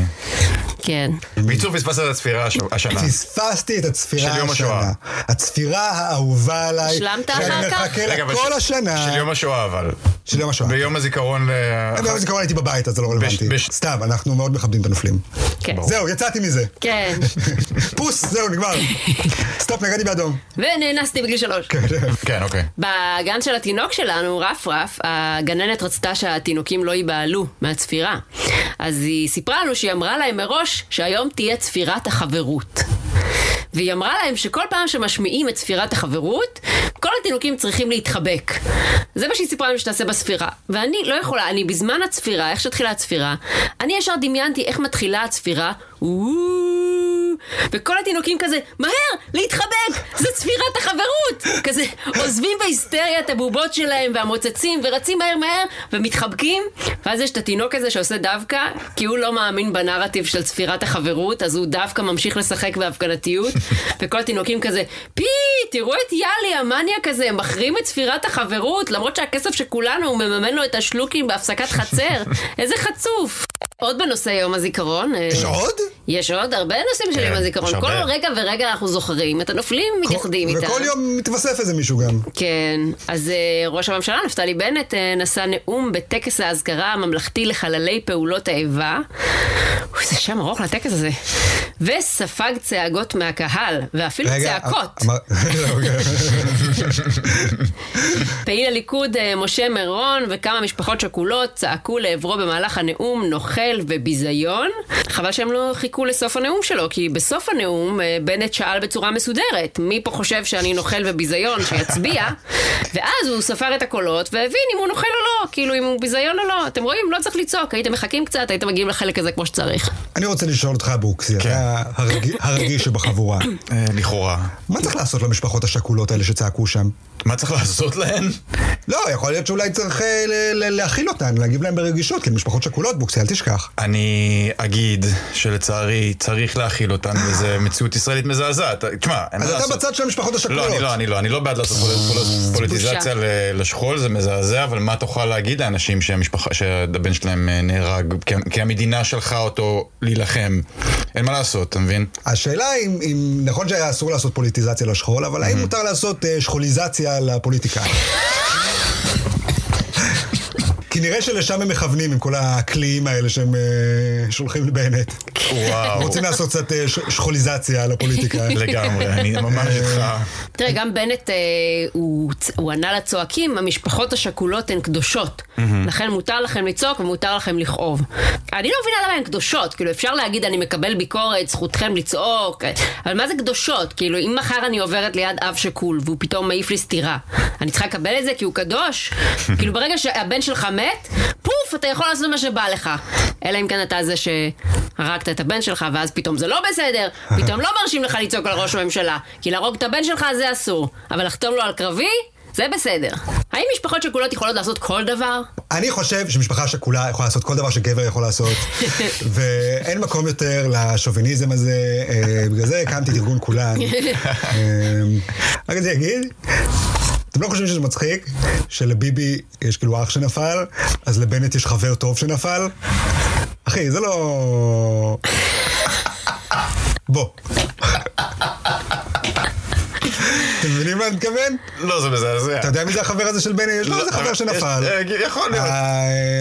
Speaker 2: כן.
Speaker 3: בקיצור פספסת את הספירה הש- השנה.
Speaker 1: פספסתי את הצפירה
Speaker 3: של יום
Speaker 1: השנה.
Speaker 3: השואה.
Speaker 1: הצפירה האהובה עליי.
Speaker 2: השלמת
Speaker 1: שאני
Speaker 2: אחר כך?
Speaker 1: מחכה
Speaker 3: רגע,
Speaker 1: לה
Speaker 3: אבל
Speaker 1: כל
Speaker 3: ש-
Speaker 1: השנה.
Speaker 3: של יום השואה אבל.
Speaker 1: של יום השואה.
Speaker 3: ביום הזיכרון ל...
Speaker 1: ביום
Speaker 3: אוקיי.
Speaker 1: הזיכרון הייתי בבית, אז זה לא רלוונטי.
Speaker 3: בש-
Speaker 1: סתם, אנחנו מאוד מכבדים את הנופלים.
Speaker 2: כן.
Speaker 1: זהו, יצאתי מזה.
Speaker 2: כן.
Speaker 1: פוס, זהו, נגמר. סטופ, נגעתי באדום.
Speaker 2: ונאנסתי בגיל שלוש.
Speaker 3: כן, אוקיי.
Speaker 2: בגן של התינוק שלנו, רפרף, הגננת רצתה שהתינוקים לא ייבהלו מהצפירה. אז היא סיפרה לנו שהיא אמרה להם מראש שהיום תהיה צפירת החברות. והיא אמרה להם שכל פעם שמשמיעים את צפירת החברות, כל התינוקים צריכים להתחבק. זה מה שהיא סיפרה להם שתעשה בספירה. ואני לא יכולה, אני בזמן הצפירה, איך שהתחילה הצפירה, אני ישר דמיינתי איך מתחילה הצפירה, "וואו", וכל התינוקים כזה, מהר, להתחבק, זה צפירת החברות! כזה, עוזבים בהיסטריה את הבובות שלהם והמוצצים, ורצים מהר מהר, ומתחבקים, ואז יש את התינוק הזה שעושה דווקא, כי הוא לא מאמין בנרטיב של צפירת החברות, אז הוא דווקא ממשיך לשחק בהפגנתיות, וכל התינוקים כזה, פי, תראו את יאלי המניאק הזה, מחרים את צפירת החברות, למרות שהכסף שכולנו, הוא מממן לו את השלוקים בהפסקת חצר, איזה חצוף! עוד בנושא יום הזיכרון. אה,
Speaker 1: יש עוד?
Speaker 2: יש עוד הרבה נושאים של
Speaker 3: כן,
Speaker 2: יום
Speaker 3: יש
Speaker 2: הזיכרון. כל
Speaker 3: הרבה.
Speaker 2: רגע ורגע אנחנו זוכרים את הנופלים, מתייחדים איתם.
Speaker 1: וכל יום מתווסף איזה מישהו גם.
Speaker 2: כן, אז אה, ראש הממשלה נפתלי בנט אה, נשא נאום בטקס האזכרה הממלכתי לחללי פעולות האיבה. אוי, זה שם ארוך לטקס הזה. וספג צעגות מהקהל, ואפילו צעקות.
Speaker 3: אה,
Speaker 1: אמר- לא, אוקיי.
Speaker 2: פעיל הליכוד אה, משה מירון וכמה משפחות שכולות צעקו לעברו במהלך הנאום נוכל וביזיון. חבל שהם לא חיכו לסוף הנאום שלו, כי בסוף הנאום אה, בנט שאל בצורה מסודרת, מי פה חושב שאני נוכל וביזיון, שיצביע? ואז הוא ספר את הקולות והבין אם הוא נוכל או לא, כאילו אם הוא ביזיון או לא. אתם רואים? לא צריך לצעוק, הייתם מחכים קצת, הייתם מגיעים לחלק הזה כמו שצריך.
Speaker 1: אני רוצה לשאול אותך, בוקסי,
Speaker 3: כן.
Speaker 1: אתה הרג- הרגיש שבחבורה.
Speaker 3: אה, לכאורה.
Speaker 1: מה צריך לעשות למשפחות השכולות האלה שצעקו שם?
Speaker 3: מה צריך לעשות להן?
Speaker 1: לא, יכול להיות שאולי צריך אה, ל- ל- להכיל אותן, להגיב להן ברגישות, כי הן משפחות שכולות, בוקסי, אל תשכח.
Speaker 3: אני אגיד שלצערי צריך להכיל אותן, וזו מציאות ישראלית מזעזעת. אה, תשמע, אין מה
Speaker 1: אז
Speaker 3: לעשות.
Speaker 1: אתה בצד של המשפחות השכולות.
Speaker 3: לא, אני לא, אני לא, אני לא בעד לעשות פול-
Speaker 1: אה,
Speaker 3: פול- פוליטיזציה ל- לשכול, זה מזעזע, אבל מה תוכל להגיד לאנשים שהמשפחה, שהבן שלהם אה, נהרג, כי- כי המדינה שלחה אותו להילחם. אין מה לעשות, אתה מבין?
Speaker 1: השאלה אם, אם נכון שהיה אסור לעשות פוליטיזציה לשכול, אבל האם מותר לעשות אה, שכוליזציה לפוליטיקה? כי נראה שלשם הם מכוונים עם כל הקליעים האלה שהם אה, שולחים לבנט.
Speaker 3: וואו,
Speaker 1: רוצים לעשות קצת אה, ש- שכוליזציה לפוליטיקה.
Speaker 3: לגמרי, אני ממש איתך.
Speaker 2: תראה, גם בנט, אה, הוא, צ- הוא ענה לצועקים, המשפחות השכולות הן קדושות. לכן מותר לכם לצעוק ומותר לכם לכאוב. אני לא מבינה למה הן קדושות. כאילו, אפשר להגיד, אני מקבל ביקורת, זכותכם לצעוק, אה, אבל מה זה קדושות? כאילו, אם מחר אני עוברת ליד אב שכול והוא פתאום מעיף לי סטירה, אני צריכה לקבל את זה כי הוא קדוש? כאילו, ברגע שהבן שלך מת, פוף, אתה יכול לעשות מה שבא לך. אלא אם כן אתה זה שהרגת את הבן שלך, ואז פתאום זה לא בסדר, פתאום לא מרשים לך לצעוק על ראש הממשלה, כי להרוג את הבן שלך זה אסור, אבל לחתום לו על קרבי, זה בסדר. האם משפחות שכולות יכולות לעשות כל דבר?
Speaker 1: אני חושב שמשפחה שכולה יכולה לעשות כל דבר שגבר יכול לעשות, ואין מקום יותר לשוביניזם הזה, אה, בגלל זה הקמתי את ארגון כולן. אה, רק זה אגיד, אתם לא חושבים שזה מצחיק שלביבי יש כאילו אח שנפל, אז לבנט יש חבר טוב שנפל? אחי, זה לא... בוא. אתם מבינים מה אני מתכוון?
Speaker 3: לא, זה מזעזע.
Speaker 1: אתה יודע מי זה החבר הזה של בני? יש לו
Speaker 3: לא,
Speaker 1: איזה חבר
Speaker 3: יש-
Speaker 1: שנפל.
Speaker 3: אה, יכול להיות.
Speaker 1: אה,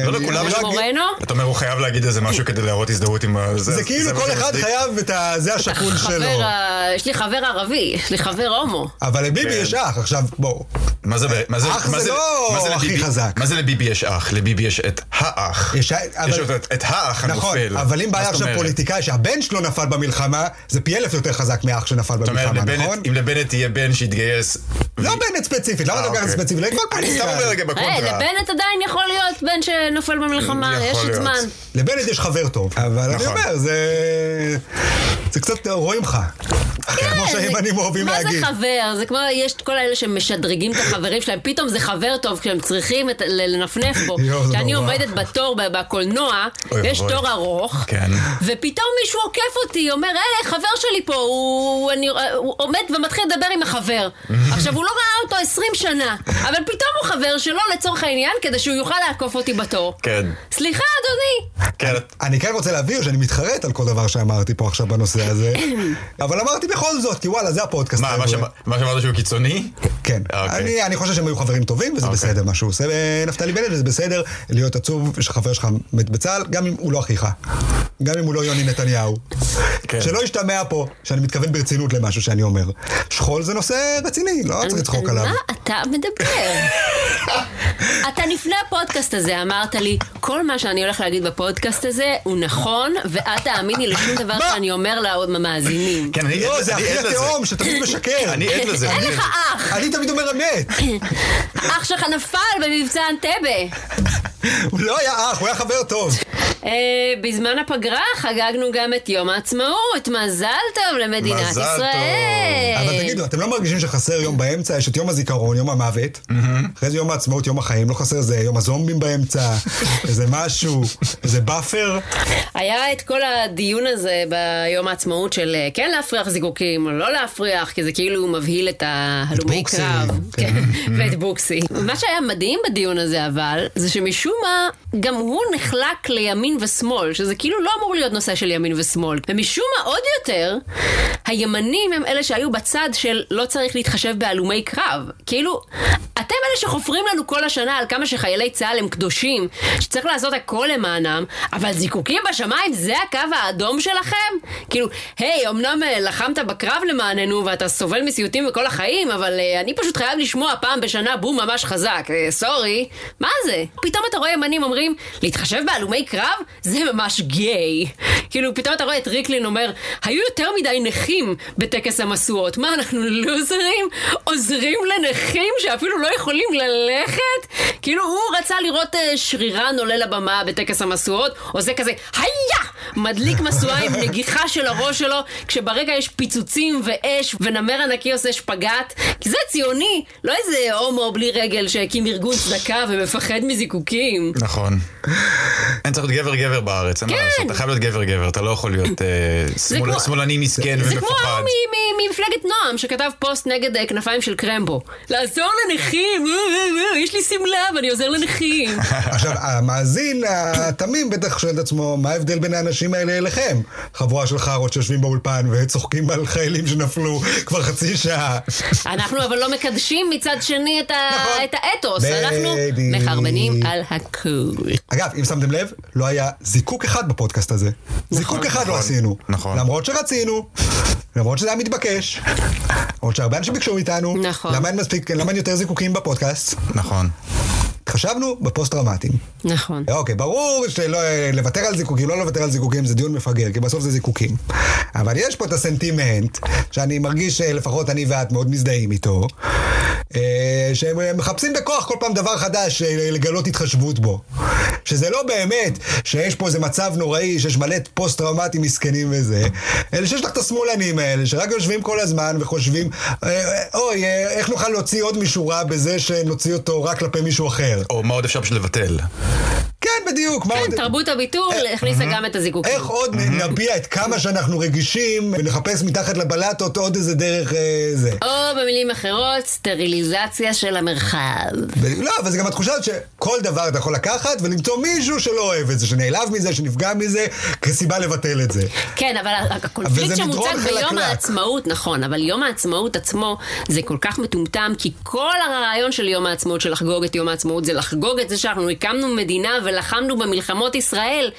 Speaker 3: לא
Speaker 1: אני-
Speaker 3: לכולם
Speaker 1: אני
Speaker 3: יש-
Speaker 1: לא אגיד-
Speaker 2: מורנו?
Speaker 3: אתה אומר, הוא חייב להגיד איזה משהו כדי להראות הזדהות עם ה...
Speaker 1: זה כאילו
Speaker 3: מה
Speaker 1: כל אחד
Speaker 3: שמצדיק.
Speaker 1: חייב את ה... זה השכול שלו.
Speaker 2: חבר, ה- יש לי חבר ערבי, יש לי חבר הומו.
Speaker 1: אבל לביבי
Speaker 3: כן.
Speaker 1: יש אח, עכשיו בואו.
Speaker 3: מה זה, מה זה,
Speaker 1: אח
Speaker 3: מה
Speaker 1: זה לא
Speaker 3: מה
Speaker 1: הכי
Speaker 3: לביבי-
Speaker 1: חזק.
Speaker 3: מה זה לביבי יש אח? לביבי יש את האח.
Speaker 1: יש-
Speaker 3: יש
Speaker 1: אבל-
Speaker 3: עוד את- את האח
Speaker 1: נכון,
Speaker 3: הנופל.
Speaker 1: אבל אם
Speaker 3: מה
Speaker 1: בעיה
Speaker 3: זאת
Speaker 1: עכשיו
Speaker 3: אומרת?
Speaker 1: פוליטיקאי שהבן שלו נפל במלחמה, זה פי אלף יותר חזק מאח שנפל
Speaker 3: זאת אומרת,
Speaker 1: במלחמה, נכון?
Speaker 3: לבנט- אם לבנט יהיה בן שיתגייס...
Speaker 1: לא בנט ספציפית, למה
Speaker 3: אה,
Speaker 1: אתה לוקח את זה
Speaker 3: אוקיי.
Speaker 1: ספציפית? לכל
Speaker 3: אני סתם אומר
Speaker 1: פוליטיקאי.
Speaker 3: רגע
Speaker 2: היי,
Speaker 3: בקונטרה.
Speaker 2: אה, לבנט עדיין יכול להיות בן שנופל במלחמה,
Speaker 3: יכול
Speaker 2: יש עוד
Speaker 3: להיות.
Speaker 2: זמן.
Speaker 1: לבנט יש חבר טוב, אבל אני
Speaker 3: נכון.
Speaker 1: אומר, זה... זה קצת רואים לך. כמו שהימנים אוהבים
Speaker 2: מה
Speaker 1: להגיד.
Speaker 2: זה חבר? זה כמו, יש את כל האלה שמשדרגים את החברים שלהם, פתאום זה חבר טוב כשהם צריכים את, ל- לנפנף בו.
Speaker 1: יואו, זה
Speaker 2: כשאני
Speaker 1: נורא.
Speaker 2: עומדת בתור ב- בקולנוע,
Speaker 3: אוי
Speaker 2: יש
Speaker 3: ואבוי.
Speaker 2: תור ארוך,
Speaker 3: כן.
Speaker 2: ופתאום מישהו עוקף אותי, אומר, אה, חבר שלי פה, הוא, אני, הוא עומד ומתחיל לדבר עם החבר. עכשיו, הוא לא ראה אותו 20 שנה, אבל פתאום הוא חבר שלו לצורך העניין, כדי שהוא יוכל לעקוף אותי בתור.
Speaker 3: כן.
Speaker 2: סליחה, אדוני.
Speaker 3: כן.
Speaker 1: אני כן רוצה להבהיר שאני מתחרט על כל דבר שאמרתי פה עכשיו בנושא הזה, אבל אמרתי בכל זאת, כי וואלה, זה הפודקאסט.
Speaker 3: מה, מה
Speaker 1: הזה.
Speaker 3: שאמר- מה שאמרת שהוא קיצוני?
Speaker 1: כן.
Speaker 3: אוקיי.
Speaker 1: אני, אני חושב שהם היו חברים טובים, וזה
Speaker 3: אוקיי.
Speaker 1: בסדר מה שהוא עושה. אה, נפתלי בנט, וזה בסדר להיות עצוב שחבר שלך מת בצה"ל, גם אם הוא לא אחיך. גם אם הוא לא יוני נתניהו.
Speaker 3: כן.
Speaker 1: שלא ישתמע פה שאני מתכוון ברצינות למשהו שאני אומר. שכול זה נושא רציני, לא צריך לצחוק
Speaker 2: על
Speaker 1: עליו.
Speaker 2: מה אתה מדבר? אתה לפני הפודקאסט הזה אמרת לי, כל מה שאני הולך להגיד בפודקאסט הזה הוא נכון, ואל תאמיני לשום דבר
Speaker 1: מה?
Speaker 2: שאני אומר למאזינים.
Speaker 3: כן, אני
Speaker 1: לא,
Speaker 3: עד-
Speaker 1: זה
Speaker 3: אני
Speaker 1: אחי
Speaker 3: עד לזה.
Speaker 1: התהום שתמיד משקר.
Speaker 3: אני עד לזה.
Speaker 2: אין
Speaker 3: אני
Speaker 2: לך
Speaker 3: עד-
Speaker 2: אח!
Speaker 1: אני תמיד אומר אמת.
Speaker 2: האח שלך נפל במבצע אנטבה.
Speaker 1: הוא לא היה אח, הוא היה חבר טוב.
Speaker 2: אה, בזמן הפגרה חגגנו גם את יום העצמאות. מזל טוב למדינת
Speaker 3: מזל טוב.
Speaker 2: ישראל.
Speaker 1: אבל תגידו, אתם לא מרגישים שחסר יום באמצע? יש את יום הזיכרון, יום המוות, אחרי זה יום העצמאות, יום החיים, לא חסר איזה יום הזומבים באמצע, איזה משהו, איזה באפר.
Speaker 2: היה את כל הדיון הזה ביום העצמאות של אה, כן להפריח זיקוקים או לא להפריח, כי זה כאילו מבהיל את ההלומי
Speaker 1: בוקסי,
Speaker 2: קרב.
Speaker 1: כן.
Speaker 2: כן, ואת בוקסי. מה שהיה מדהים בדיון הזה אבל, זה שמשום מה, גם הוא נחלק לימין ימין ושמאל, שזה כאילו לא אמור להיות נושא של ימין ושמאל. ומשום מה עוד יותר, הימנים הם אלה שהיו בצד של לא צריך להתחשב בהלומי קרב. כאילו, אתם אלה שחופרים לנו כל השנה על כמה שחיילי צה"ל הם קדושים, שצריך לעשות הכל למענם, אבל זיקוקים בשמיים זה הקו האדום שלכם? כאילו, היי, אמנם אה, לחמת בקרב למעננו ואתה סובל מסיוטים בכל החיים, אבל אה, אני פשוט חייב לשמוע פעם בשנה בום ממש חזק. אה, סורי, מה זה? פתאום אתה רואה ימנים אומרים, להתחשב בהלומי קרב? זה ממש גיי. כאילו, פתאום אתה רואה את ריקלין אומר, היו יותר מדי נכים בטקס המשואות. מה, אנחנו לוזרים? עוזרים לנכים שאפילו לא יכולים ללכת? כאילו, הוא רצה לראות אה, שרירן עולה לבמה בטקס המשואות, עושה כזה, היה! מדליק משואה עם נגיחה של הראש שלו, כשברקע יש פיצוצים ואש, ונמר ענקי עושה שפגאט. כי זה ציוני, לא איזה הומו בלי רגל שהקים ארגון צדקה ומפחד מזיקוקים.
Speaker 3: נכון. אין צריך להיות גבר גבר בארץ, אין מה
Speaker 2: כן.
Speaker 3: לעשות. אתה חייב להיות גבר גבר, אתה לא יכול להיות אה, שמאל-
Speaker 2: כמו-
Speaker 3: שמאלני מסכן
Speaker 2: זה כמו
Speaker 3: ומפוחד.
Speaker 2: ההוא מ- מ- ממפלגת נועם שכתב פוסט נגד אה, כנפיים של קרמבו. לעזור לנכים, אה, אה, אה, יש לי שמלה ואני עוזר לנכים.
Speaker 1: עכשיו, המאזין התמים בטח שואל את עצמו, מה ההבדל בין האנשים האלה אליכם? חבורה של חארות שיושבים באולפן וצוחקים על חיילים שנפלו כבר חצי שעה.
Speaker 2: אנחנו אבל לא מקדשים מצד שני את ה-
Speaker 1: נכון.
Speaker 2: את האתוס, אנחנו
Speaker 1: בדיוק.
Speaker 2: מחרבנים על הכול.
Speaker 1: אגב, אם שמתם לב, לא היה זיקוק אחד בפודקאסט הזה. זיקוק אחד לא עשינו.
Speaker 3: נכון.
Speaker 1: למרות שרצינו, למרות שזה היה מתבקש, למרות שהרבה אנשים ביקשו מאיתנו,
Speaker 2: נכון.
Speaker 1: למה אין מספיק, למה אין יותר זיקוקים בפודקאסט?
Speaker 3: נכון.
Speaker 1: התחשבנו בפוסט-טראומטיים.
Speaker 2: נכון.
Speaker 1: אוקיי, ברור שלוותר על זיקוקים, לא לוותר על זיקוקים, זה דיון מפגר, כי בסוף זה זיקוקים. אבל יש פה את הסנטימנט, שאני מרגיש שלפחות אני ואת מאוד מזדהים איתו, אה, שהם אה, מחפשים בכוח כל פעם דבר חדש אה, לגלות התחשבות בו. שזה לא באמת שיש פה איזה מצב נוראי, שיש מלא פוסט-טראומטים מסכנים וזה, אלא שיש לך את השמאלנים האלה, שרק יושבים כל הזמן וחושבים, אה, אה, אוי, אה, איך נוכל להוציא עוד מישהו רע בזה שנוציא אותו רק כלפי מישהו אחר.
Speaker 3: או מה עוד אפשר פשוט לבטל?
Speaker 1: כן, בדיוק, מה עוד...
Speaker 2: כן, תרבות הביטול הכניסה גם את הזיקוקים.
Speaker 1: אה, איך עוד נ- נביע את כמה שאנחנו רגישים ונחפש מתחת לבלטות עוד איזה דרך אה, זה.
Speaker 2: או במילים אחרות, סטריליזציה של המרחב.
Speaker 1: ו- לא, אבל זה גם התחושה שכל דבר אתה יכול לקחת ולמצוא מישהו שלא אוהב את זה, שנעלב מזה, שנפגע מזה, כסיבה לבטל את זה.
Speaker 2: כן, אבל ה-
Speaker 1: וזה
Speaker 2: הקונפליקט
Speaker 1: מדרון
Speaker 2: שמוצג ביום
Speaker 1: חלקלק.
Speaker 2: העצמאות, נכון, אבל יום העצמאות עצמו זה כל כך מטומטם, כי כל הרעיון של יום העצמאות, של לחגוג את יום העצמאות, זה לחגוג את זה שאנחנו הקמנו מדינה ולחמנו במלחמות ישראל,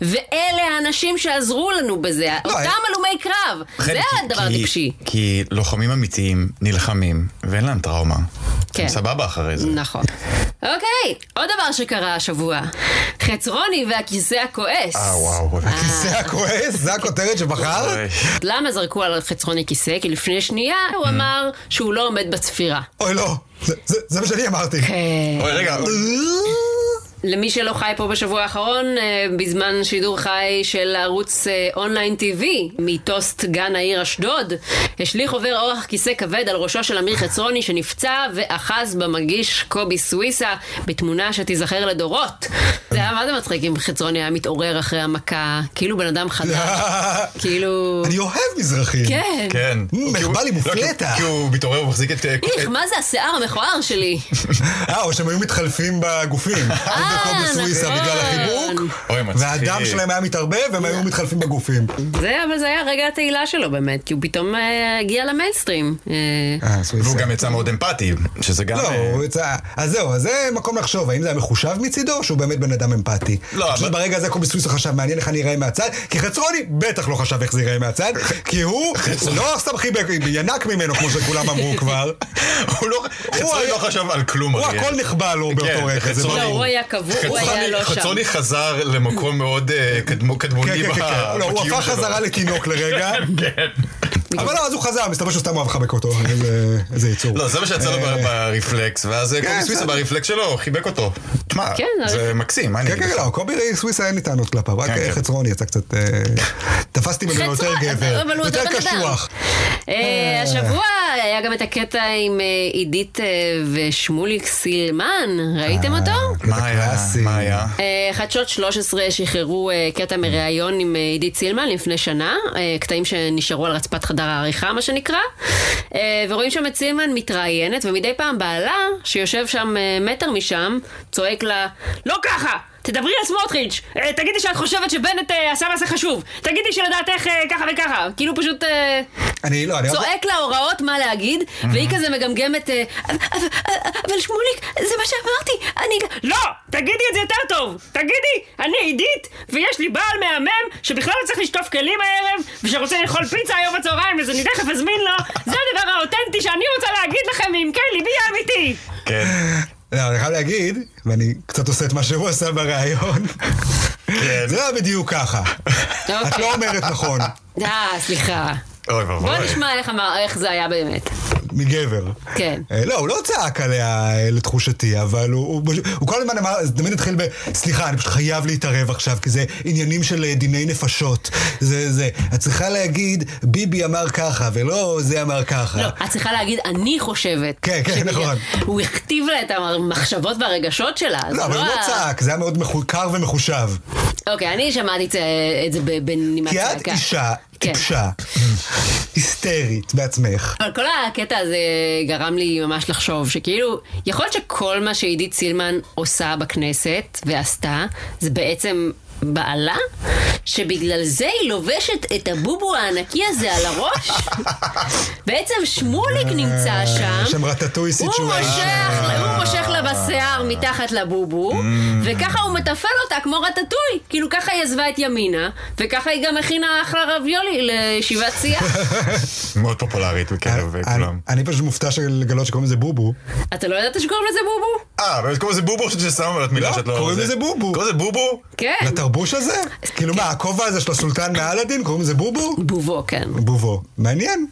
Speaker 2: ואלה האנשים שעזרו לנו בזה, אותם
Speaker 1: אה,
Speaker 2: הלומי קרב, זה
Speaker 3: חלק, לא, כי-
Speaker 2: הדבר
Speaker 3: כי-
Speaker 2: הטיפשי.
Speaker 3: כי לוחמים אמיתיים נלחמים, ואין להם טראומה.
Speaker 2: כן.
Speaker 3: הם סבבה אחרי זה.
Speaker 2: נכון. אוקיי, עוד דבר שקרה השבוע. חצרוני והכיסא הכועס.
Speaker 3: אה, וואו.
Speaker 1: זה הכועס, זה הכותרת שבחרת?
Speaker 2: למה זרקו על חצרוני כיסא? כי לפני שנייה הוא
Speaker 3: Mm.
Speaker 2: אמר שהוא לא עומד בצפירה.
Speaker 1: אוי, לא. זה- זה- זה מה שאני אמרתי.
Speaker 2: כן.
Speaker 3: אוי, רגע,
Speaker 2: למי שלא חי פה בשבוע האחרון, אה, בזמן שידור חי של ערוץ אה, אונליין טיווי, מטוסט גן העיר אשדוד, השליך עובר אורח כיסא כבד על ראשו של אמיר חצרוני שנפצע ואחז במגיש קובי סוויסה בתמונה שתיזכר לדורות. זה היה מה זה מצחיק אם חצרוני היה מתעורר אחרי המכה, כאילו בן אדם חדש, כאילו...
Speaker 1: אני אוהב מזרחים.
Speaker 2: כן.
Speaker 3: כן.
Speaker 1: מחבל עם
Speaker 3: לא, כי-
Speaker 1: מופלטה.
Speaker 3: כי הוא מתעורר ומחזיק את... אה,
Speaker 2: איך, מה זה השיער המכוער שלי?
Speaker 1: אה, או שהם היו מתחלפים בגופים. אה,
Speaker 2: נכון.
Speaker 1: בסוויסה בגלל החיבוק,
Speaker 3: אוי, מצחיק.
Speaker 1: והדם שלהם היה מתערבב והם היו מתחלפים בגופים.
Speaker 2: זה, אבל זה היה רגע התהילה שלו באמת, כי הוא פתאום אה, הגיע למיינסטרים. אה,
Speaker 1: אה, סוויסה.
Speaker 3: והוא גם יצא מאוד אמפתי, שזה גם...
Speaker 1: לא,
Speaker 3: אה,
Speaker 1: הוא יצא... אז זהו, אז זה מקום לחשוב, האם זה היה מחושב מצידו, או שהוא באמת בן אדם אמפתי?
Speaker 3: לא,
Speaker 1: אני חושב
Speaker 3: אבל-
Speaker 1: שברגע הזה קובי סוויסה חשב, מעניין איך אני אראה מהצד, כי חצרוני בטח לא חשב איך זה ייראה מהצד, כי הוא לא סתם חיבק, ינק ממנו, כמו שכולם אמרו כבר.
Speaker 3: הוא לא... חצרוני
Speaker 1: היה-
Speaker 3: לא חשב על כלום,
Speaker 1: הוא
Speaker 3: אריאל.
Speaker 1: הכל נחבא לו באותו
Speaker 3: כן,
Speaker 1: רגע, זה
Speaker 3: חצרוני-
Speaker 2: לא,
Speaker 1: ברור.
Speaker 2: הוא היה קבוע, הוא היה
Speaker 3: חצרוני-
Speaker 2: לא שם.
Speaker 3: חצרוני חזר למקום מאוד אה, קדמו-
Speaker 1: כן,
Speaker 3: קדמוני
Speaker 1: כן,
Speaker 3: ב-
Speaker 1: כן, כן. לא, הוא
Speaker 3: בקיום
Speaker 1: הפך
Speaker 3: שלו.
Speaker 1: חזרה לתינוק לרגע,
Speaker 3: כן.
Speaker 1: אבל לא, אז הוא חזר, מסתבר שהוא סתם אוהב לחבק אותו, איזה- איזה יצור.
Speaker 3: לא, זה מה שיצא לו ב- ברפלקס, ואז אה, קובי
Speaker 1: כן,
Speaker 3: סוויסה
Speaker 1: בסדר.
Speaker 3: ברפלקס שלו, חיבק אותו. תשמע,
Speaker 2: כן,
Speaker 3: זה מקסים, מה אני
Speaker 1: כן,
Speaker 3: אגיד
Speaker 1: כן,
Speaker 3: לך?
Speaker 1: לא, קובי סוויסה אין לי טענות כלפיו, רק
Speaker 3: כן, כן.
Speaker 1: חצרוני יצא קצת... אה, תפסתי ממנו יותר
Speaker 2: חצרון,
Speaker 1: גבר,
Speaker 2: אבל הוא
Speaker 1: יותר
Speaker 2: אותו בן אדם.
Speaker 1: קשוח.
Speaker 2: אה, השבוע היה גם את הקטע עם אה, עידית אה, ושמוליק סילמן, ראיתם אותו?
Speaker 3: מה היה?
Speaker 1: קלאסי.
Speaker 3: מה היה?
Speaker 2: אה, חדשות 13 שחררו אה, קטע מראיון עם אה, עידית סילמן לפני שנה, אה, קטעים שנשארו על רצפת חדר העריכה, מה שנקרא, אה, ורואים שם את סילמן מתראיינת, ומדי פעם בעלה, שיושב שם אה, מטר משם, צועק לה, לא ככה! תדברי על סמוטריץ', אה, תגידי שאת חושבת שבנט אה, עשה מעשה חשוב, תגידי שלדעתך אה, ככה וככה, כאילו פשוט אה,
Speaker 1: אני לא, אני רק...
Speaker 2: צועק לה הוראות מה להגיד, והיא כזה מגמגמת, אה, "אבל- אבל- אבל שמוליק, זה מה שאמרתי, אני...
Speaker 4: לא! תגידי את זה יותר טוב! תגידי, אני עידית, ויש לי בעל מהמם שבכלל לא צריך לשטוף כלים הערב, ושרוצה לאכול פיצה היום בצהריים, אז אני תכף אזמין לו. זה הדבר האותנטי שאני רוצה להגיד לכם מעמקי ליבי האמיתי!
Speaker 3: כן.
Speaker 1: לא, אני חייב להגיד, ואני קצת עושה את מה שהוא עשה בריאיון,
Speaker 3: כן.
Speaker 1: זה לא בדיוק ככה.
Speaker 2: אוקיי.
Speaker 1: את לא אומרת נכון,
Speaker 2: אה, סליחה.
Speaker 3: אוי ואבוי.
Speaker 2: בוא נשמע איך אמר- איך זה היה באמת.
Speaker 1: מגבר.
Speaker 2: כן.
Speaker 1: אה, לא, הוא לא צעק עליה אה, לתחושתי, אבל הוא, הוא, פשוט- הוא כל הזמן אמר, זה תמיד התחיל ב... סליחה, אני פשוט חייב להתערב עכשיו, כי זה עניינים של אה, דיני נפשות. זה זה. את צריכה להגיד, ביבי אמר ככה, ולא זה אמר ככה.
Speaker 2: לא, את צריכה להגיד, אני חושבת.
Speaker 1: כן, כן,
Speaker 2: שבגלל-
Speaker 1: נכון.
Speaker 2: הוא הכתיב לה את המחשבות והרגשות שלה. אז
Speaker 1: לא, אבל הוא לא
Speaker 2: ה-
Speaker 1: צעק, זה היה מאוד מחו- קר ומחושב.
Speaker 2: אוקיי, אני שמעתי את זה- את זה ב- בנימת
Speaker 1: כי את
Speaker 2: לא צעקה.
Speaker 1: אישה
Speaker 2: כן.
Speaker 1: טיפשה, היסטרית בעצמך.
Speaker 2: אבל כל הקטע הזה גרם לי ממש לחשוב שכאילו, יכול להיות שכל מה שעידית סילמן עושה בכנסת ועשתה, זה בעצם בעלה, שבגלל זה היא לובשת את הבובו הענקי הזה על הראש? בעצם שמוליק נמצא שם.
Speaker 1: אה, שם רטטוי
Speaker 2: הוא
Speaker 1: סיצ'ואשן.
Speaker 2: מושך, לה- הוא מושך לה בשיער מתחת לבובו, וככה הוא מתפעל אותה כמו רטטוי. כאילו ככה היא עזבה את ימינה, וככה היא גם הכינה אחלה רביולי לישיבת סיעה.
Speaker 3: מאוד פופולרית בקרב אה,
Speaker 1: אני-
Speaker 3: כולם.
Speaker 1: אני פשוט מופתע של- לגלות שקוראים לזה בובו.
Speaker 2: אתה לא ידעת שקוראים לזה בובו?
Speaker 3: אה, באמת קוראים לזה בובו שאת שמה אבל את מילה
Speaker 1: לא,
Speaker 3: שאת לא...
Speaker 1: קוראים
Speaker 3: זה-
Speaker 1: לזה בובו.
Speaker 3: קוראים לזה בובו?
Speaker 2: כן.
Speaker 1: לתרבוש הזה? כאילו מה, הכובע הזה של הסולטן מאלאדין, קוראים לזה בובו?
Speaker 2: בובו, כן.
Speaker 1: בובו. מעניין.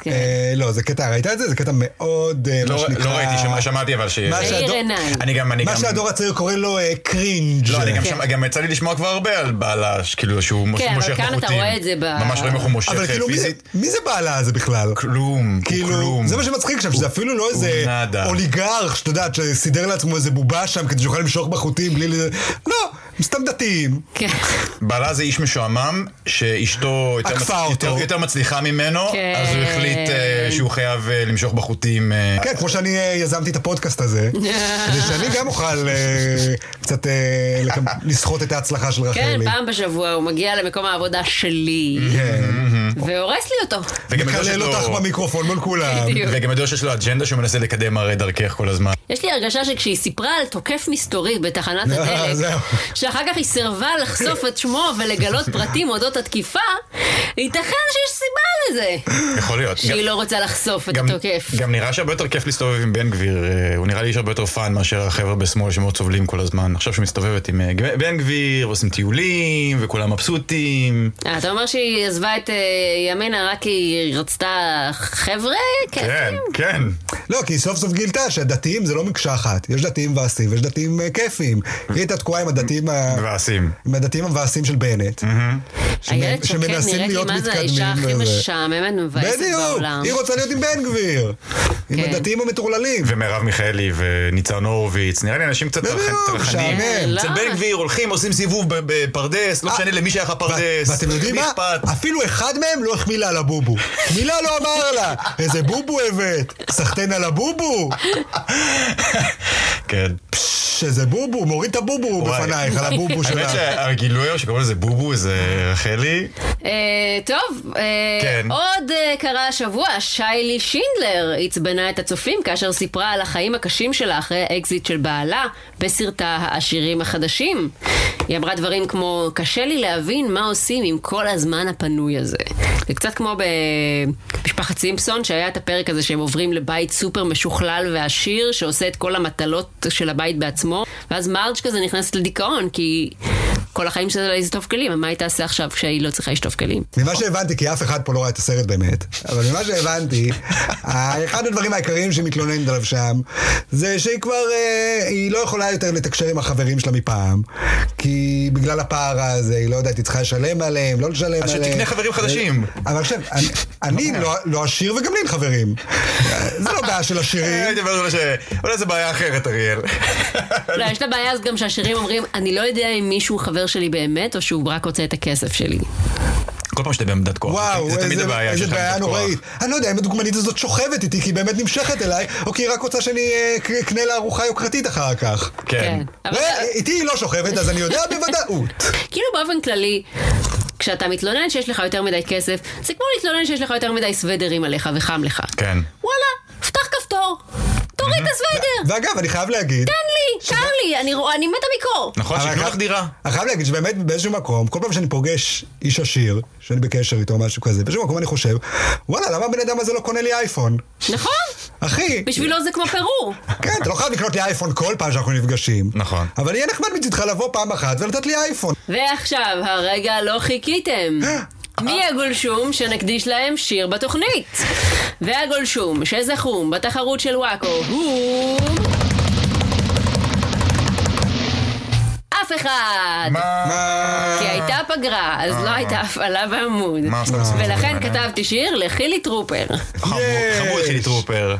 Speaker 2: כן.
Speaker 1: אה, לא, זה קטע, ראית את זה? זה קטע מאוד, אה,
Speaker 3: לא
Speaker 1: מה שנקרא...
Speaker 3: לא ראיתי, שמע- שמעתי אבל ש...
Speaker 1: מה
Speaker 2: מאיר
Speaker 1: שהדור-
Speaker 2: עיניים.
Speaker 3: אני גם, אני גם...
Speaker 1: מה שהדור הצעיר קורא לו אה, קרינג'.
Speaker 3: לא, אני גם
Speaker 2: כן.
Speaker 3: שמע- גם יצא לי לשמוע כבר הרבה על בעלה, ש- כאילו שהוא מוש-
Speaker 2: כן, אבל
Speaker 3: מושך
Speaker 2: כאן אתה
Speaker 3: בחוטים.
Speaker 2: רואה את זה ב-
Speaker 3: ממש רואים איך הוא מושך
Speaker 1: אבל
Speaker 3: אה,
Speaker 1: כאילו, מי זה-
Speaker 3: פיזית.
Speaker 1: מי זה בעלה הזה בכלל?
Speaker 3: כלום, הוא
Speaker 1: כאילו,
Speaker 3: כלום.
Speaker 1: זה מה שמצחיק שם, שזה אפילו לא איזה
Speaker 3: נאדה.
Speaker 1: אוליגרך, שאת יודעת, שסידר לעצמו איזה בובה שם כדי שיוכל למשוך בחוטים בלי... ל- לא, הם סתם דתיים.
Speaker 2: כן.
Speaker 3: בעלה זה איש משועמם, שאשתו יותר
Speaker 1: עקפה
Speaker 3: מצ-
Speaker 1: אותו.
Speaker 3: יותר- יותר מצליחה ממנו,
Speaker 2: כן.
Speaker 3: אז הוא החליט אה, שהוא חייב אה, למשוך בחוטים. אה,
Speaker 1: כן, כמו שאני אה, יזמתי את הפודקאסט הזה, כדי שאני גם אוכל אה, קצת אה, לקמ- לסחוט את ההצלחה של
Speaker 2: כן,
Speaker 1: רחלי.
Speaker 2: פעם בשבוע הוא מגיע למקום העבודה שלי,
Speaker 1: כן.
Speaker 2: והורס לי אותו.
Speaker 3: וגם יודע שיש
Speaker 1: מקלל
Speaker 3: לו-
Speaker 1: אותך במיקרופון מול כולם.
Speaker 2: בדיוק.
Speaker 3: וגם יודע שיש לו אג'נדה שהוא מנסה לקדם הרי דרכך כל הזמן.
Speaker 2: יש לי הרגשה שכשהיא סיפרה על תוקף מסתורי בתחנת
Speaker 1: אה,
Speaker 2: הדלק,
Speaker 1: זהו.
Speaker 2: שאחר כך היא סירבה לחשוף את שמו ולגלות פרטים אודות התקיפה, ייתכן שיש סיבה לזה.
Speaker 3: יכול להיות.
Speaker 2: שהיא
Speaker 3: גם-
Speaker 2: לא רוצה לחשוף את
Speaker 3: גם-
Speaker 2: התוקף.
Speaker 3: גם נראה שהרבה יותר כיף להסתובב עם בן גביר, אה, הוא נראה לי איש הרבה יותר פאן מאשר החבר'ה בשמאל שמאוד סובלים כל הזמן. עכשיו שמסתובבת עם אה, ג- בן גביר, ועושים טיולים, וכולם מבסוטים.
Speaker 2: אה, אתה אומר שהיא עזבה את אה, ימינה רק כי היא רצתה חבר'ה?
Speaker 3: כן, כן.
Speaker 1: לא, כי היא סוף סוף גילתה שהדתיים זה לא מקשה אחת. יש דתיים מבאסים ויש דתיים אה, כיפים. היא הייתה תקועה עם הדתיים ה-
Speaker 3: מבאסים.
Speaker 1: עם הדתיים המבאסים של בנט. שמ-
Speaker 2: איילת שקד
Speaker 1: שמנסים
Speaker 2: נראית לי
Speaker 1: להיות
Speaker 2: מה זה
Speaker 1: מתקדמים
Speaker 2: האישה הכי
Speaker 1: וזה.
Speaker 2: משעממת ומבאסת
Speaker 1: בדיוק,
Speaker 2: בעולם.
Speaker 1: היא רוצה להיות עם בן גביר. עם
Speaker 2: כן.
Speaker 1: הדתיים המטורללים.
Speaker 3: ומרב מיכאלי וניצן הורוביץ, נראה לי אנשים קצת
Speaker 1: בדיוק,
Speaker 3: טרח- טרחנים.
Speaker 1: לא, משעמם. אה,
Speaker 2: לא.
Speaker 3: אצל בן גביר הולכים, עושים סיבוב ב- בפרדס, לא משנה למי שייך הפרדס.
Speaker 1: ו- ואתם יודעים
Speaker 3: מי
Speaker 1: מה?
Speaker 3: אכפת?
Speaker 1: אפילו אחד מהם לא החמיא לה על הבובו. מילה לא אמר לה. איזה בובו הבאת. סחטיין על הבובו. אה,
Speaker 3: כן.
Speaker 1: פש, איזה בובו. מוריד את הבובו
Speaker 3: וואי.
Speaker 1: בפנייך על הבובו
Speaker 3: האמת
Speaker 1: שלה.
Speaker 3: שהגילוי שקוראים לזה בובו זה רחלי.
Speaker 1: כן.
Speaker 2: אה, טוב, אה,
Speaker 3: כן.
Speaker 2: עוד אה, קרה השבוע, שיילי שינדלר עצבנה את הצופים כאשר סיפרה על החיים הקשים שלה אחרי האקזיט של בעלה בסרטה העשירים החדשים. היא אמרה דברים כמו, קשה לי להבין מה עושים עם כל הזמן הפנוי הזה. זה קצת כמו במשפחת סימפסון, שהיה את הפרק הזה שהם עוברים לבית סופר משוכלל ועשיר, שעושה את כל המטלות של הבית בעצמו, ואז מרג' כזה נכנסת לדיכאון, כי כל החיים שלה לשטוף כלים, מה היא תעשה עכשיו כשהיא לא צריכה לשטוף כלים?
Speaker 1: ממה שהבנתי, כי אף אחד פה לא ראה את הסרט באמת, אבל ממה שהבנתי, ה- אחד הדברים העיקריים שהיא מתלוננת עליו שם, זה שהיא כבר, אה, היא לא יכולה יותר לתקשר עם החברים שלה מפעם, כי בגלל הפער הזה, היא לא יודעת, היא צריכה לשלם עליהם, לא לשלם
Speaker 3: אז
Speaker 1: עליהם.
Speaker 3: שתקנה חברים חדשים.
Speaker 1: אבל עכשיו, אני- אני לא- לא עשיר וגם לי אין חברים. זה לא בעיה של עשירים.
Speaker 3: הייתי אומר ש... אולי זה בעיה אחרת, אריאל.
Speaker 2: לא, יש לה בעיה אז גם שהשירים אומרים, אני לא יודע אם מישהו הוא חבר שלי באמת, או שהוא רק רוצה את הכסף שלי.
Speaker 3: כל פעם שאתה בעמדת כוח. אוקיי?
Speaker 1: וואו,
Speaker 3: זה תמיד
Speaker 1: איזה,
Speaker 3: הבעיה,
Speaker 1: איזה
Speaker 3: שאתה בעמדת
Speaker 1: בעיה
Speaker 3: כוח.
Speaker 1: נוראית. אני לא יודע אם הדוגמנית הזאת שוכבת איתי, כי היא באמת נמשכת אליי, או כי היא רק רוצה שאני אה, ק- אקנה לה ארוחה יוקרתית אחר כך.
Speaker 3: כן.
Speaker 2: אבל- אה,
Speaker 1: ו- איתי היא לא שוכבת, אז אני יודע בוודאות.
Speaker 3: אה.
Speaker 2: כאילו באופן כללי, כשאתה מתלונן שיש לך יותר מדי כסף, זה כמו להתלונן שיש לך יותר מדי סוודרים עליך וחם לך.
Speaker 3: כן.
Speaker 2: וואלה, פתח כפתור, תוריד את
Speaker 3: אה,
Speaker 2: הסוודר,
Speaker 1: ואגב, אני חייב להגיד...
Speaker 2: תן לי, קר לי, אני רוא- אני מתה מקור.
Speaker 3: נכון,
Speaker 1: אבל
Speaker 3: שיקנו
Speaker 1: אני
Speaker 3: לך
Speaker 1: חייב-
Speaker 3: דירה.
Speaker 1: אני חייב להגיד שבאמת באיזשהו מקום, כל פעם שאני פוגש איש עשיר, שאני בקשר איתו או משהו כזה, באיזשהו מקום אני חושב, וואלה, למה הבן אדם הזה לא קונה לי אייפון?
Speaker 2: נכון?
Speaker 1: אחי,
Speaker 2: בשבילו זה כמו פירור.
Speaker 1: כן, אתה לא חייב לקנות לי אייפון כל פעם שאנחנו נפגשים.
Speaker 3: נכון.
Speaker 1: אבל יהיה נחמד מצידך לבוא פעם אחת ולתת לי אייפון.
Speaker 2: ועכשיו, הרגע לא חיכיתם. מי הגולשום שנקדיש להם שיר בתוכנית? והגולשום שזכום בתחרות של וואקו הוא... אף אחד!
Speaker 1: מה?
Speaker 2: כי הייתה פגרה, אז לא הייתה הפעלה בעמוד.
Speaker 3: מה עושה בסדר?
Speaker 2: ולכן כתבתי שיר לחילי טרופר.
Speaker 3: חמוד,
Speaker 1: יש.
Speaker 3: חמוד חילי טרופר.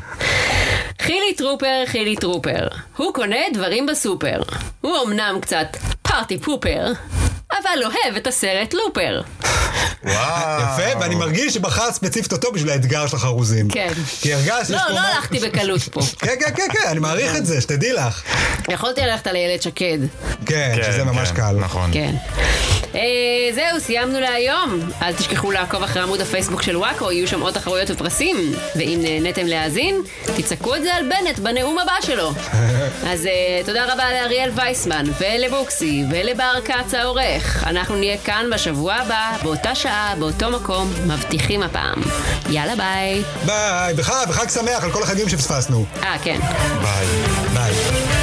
Speaker 2: חילי טרופר, חילי טרופר. הוא קונה דברים בסופר. הוא אמנם קצת פארטי פופר, אבל אוהב את הסרט לופר.
Speaker 3: וואו.
Speaker 1: יפה, ואני מרגיש שבחרת ספציפית אותו בשביל האתגר של החרוזים.
Speaker 2: כן.
Speaker 1: כי הרגשת...
Speaker 2: לא,
Speaker 1: יש פה
Speaker 2: לא
Speaker 1: מה-
Speaker 2: הלכתי בקלות פה.
Speaker 1: כן, כן, כן, כן, אני מעריך את זה, שתדעי לך.
Speaker 2: יכולתי ללכת על איילת שקד.
Speaker 1: כן,
Speaker 3: כן,
Speaker 1: שזה ממש
Speaker 3: כן,
Speaker 1: קל.
Speaker 3: נכון.
Speaker 2: כן. אה, זהו, סיימנו להיום. אל תשכחו לעקוב אחרי עמוד הפייסבוק של וואקו, יהיו שם עוד תחרויות ופרסים. ואם נהניתם להאזין, תצעקו את זה על בנט בנאום הבא שלו. אז אה, תודה רבה לאריאל וייסמן, ולבוקסי, ולבר כץ העורך. אנחנו נהיה כאן בשבוע הבא, באותה שעה, באותו מקום, מבטיחים הפעם. יאללה ביי.
Speaker 1: ביי, וחג, וחג שמח על כל החגים שפספסנו.
Speaker 2: אה, כן.
Speaker 3: ביי.
Speaker 1: ביי.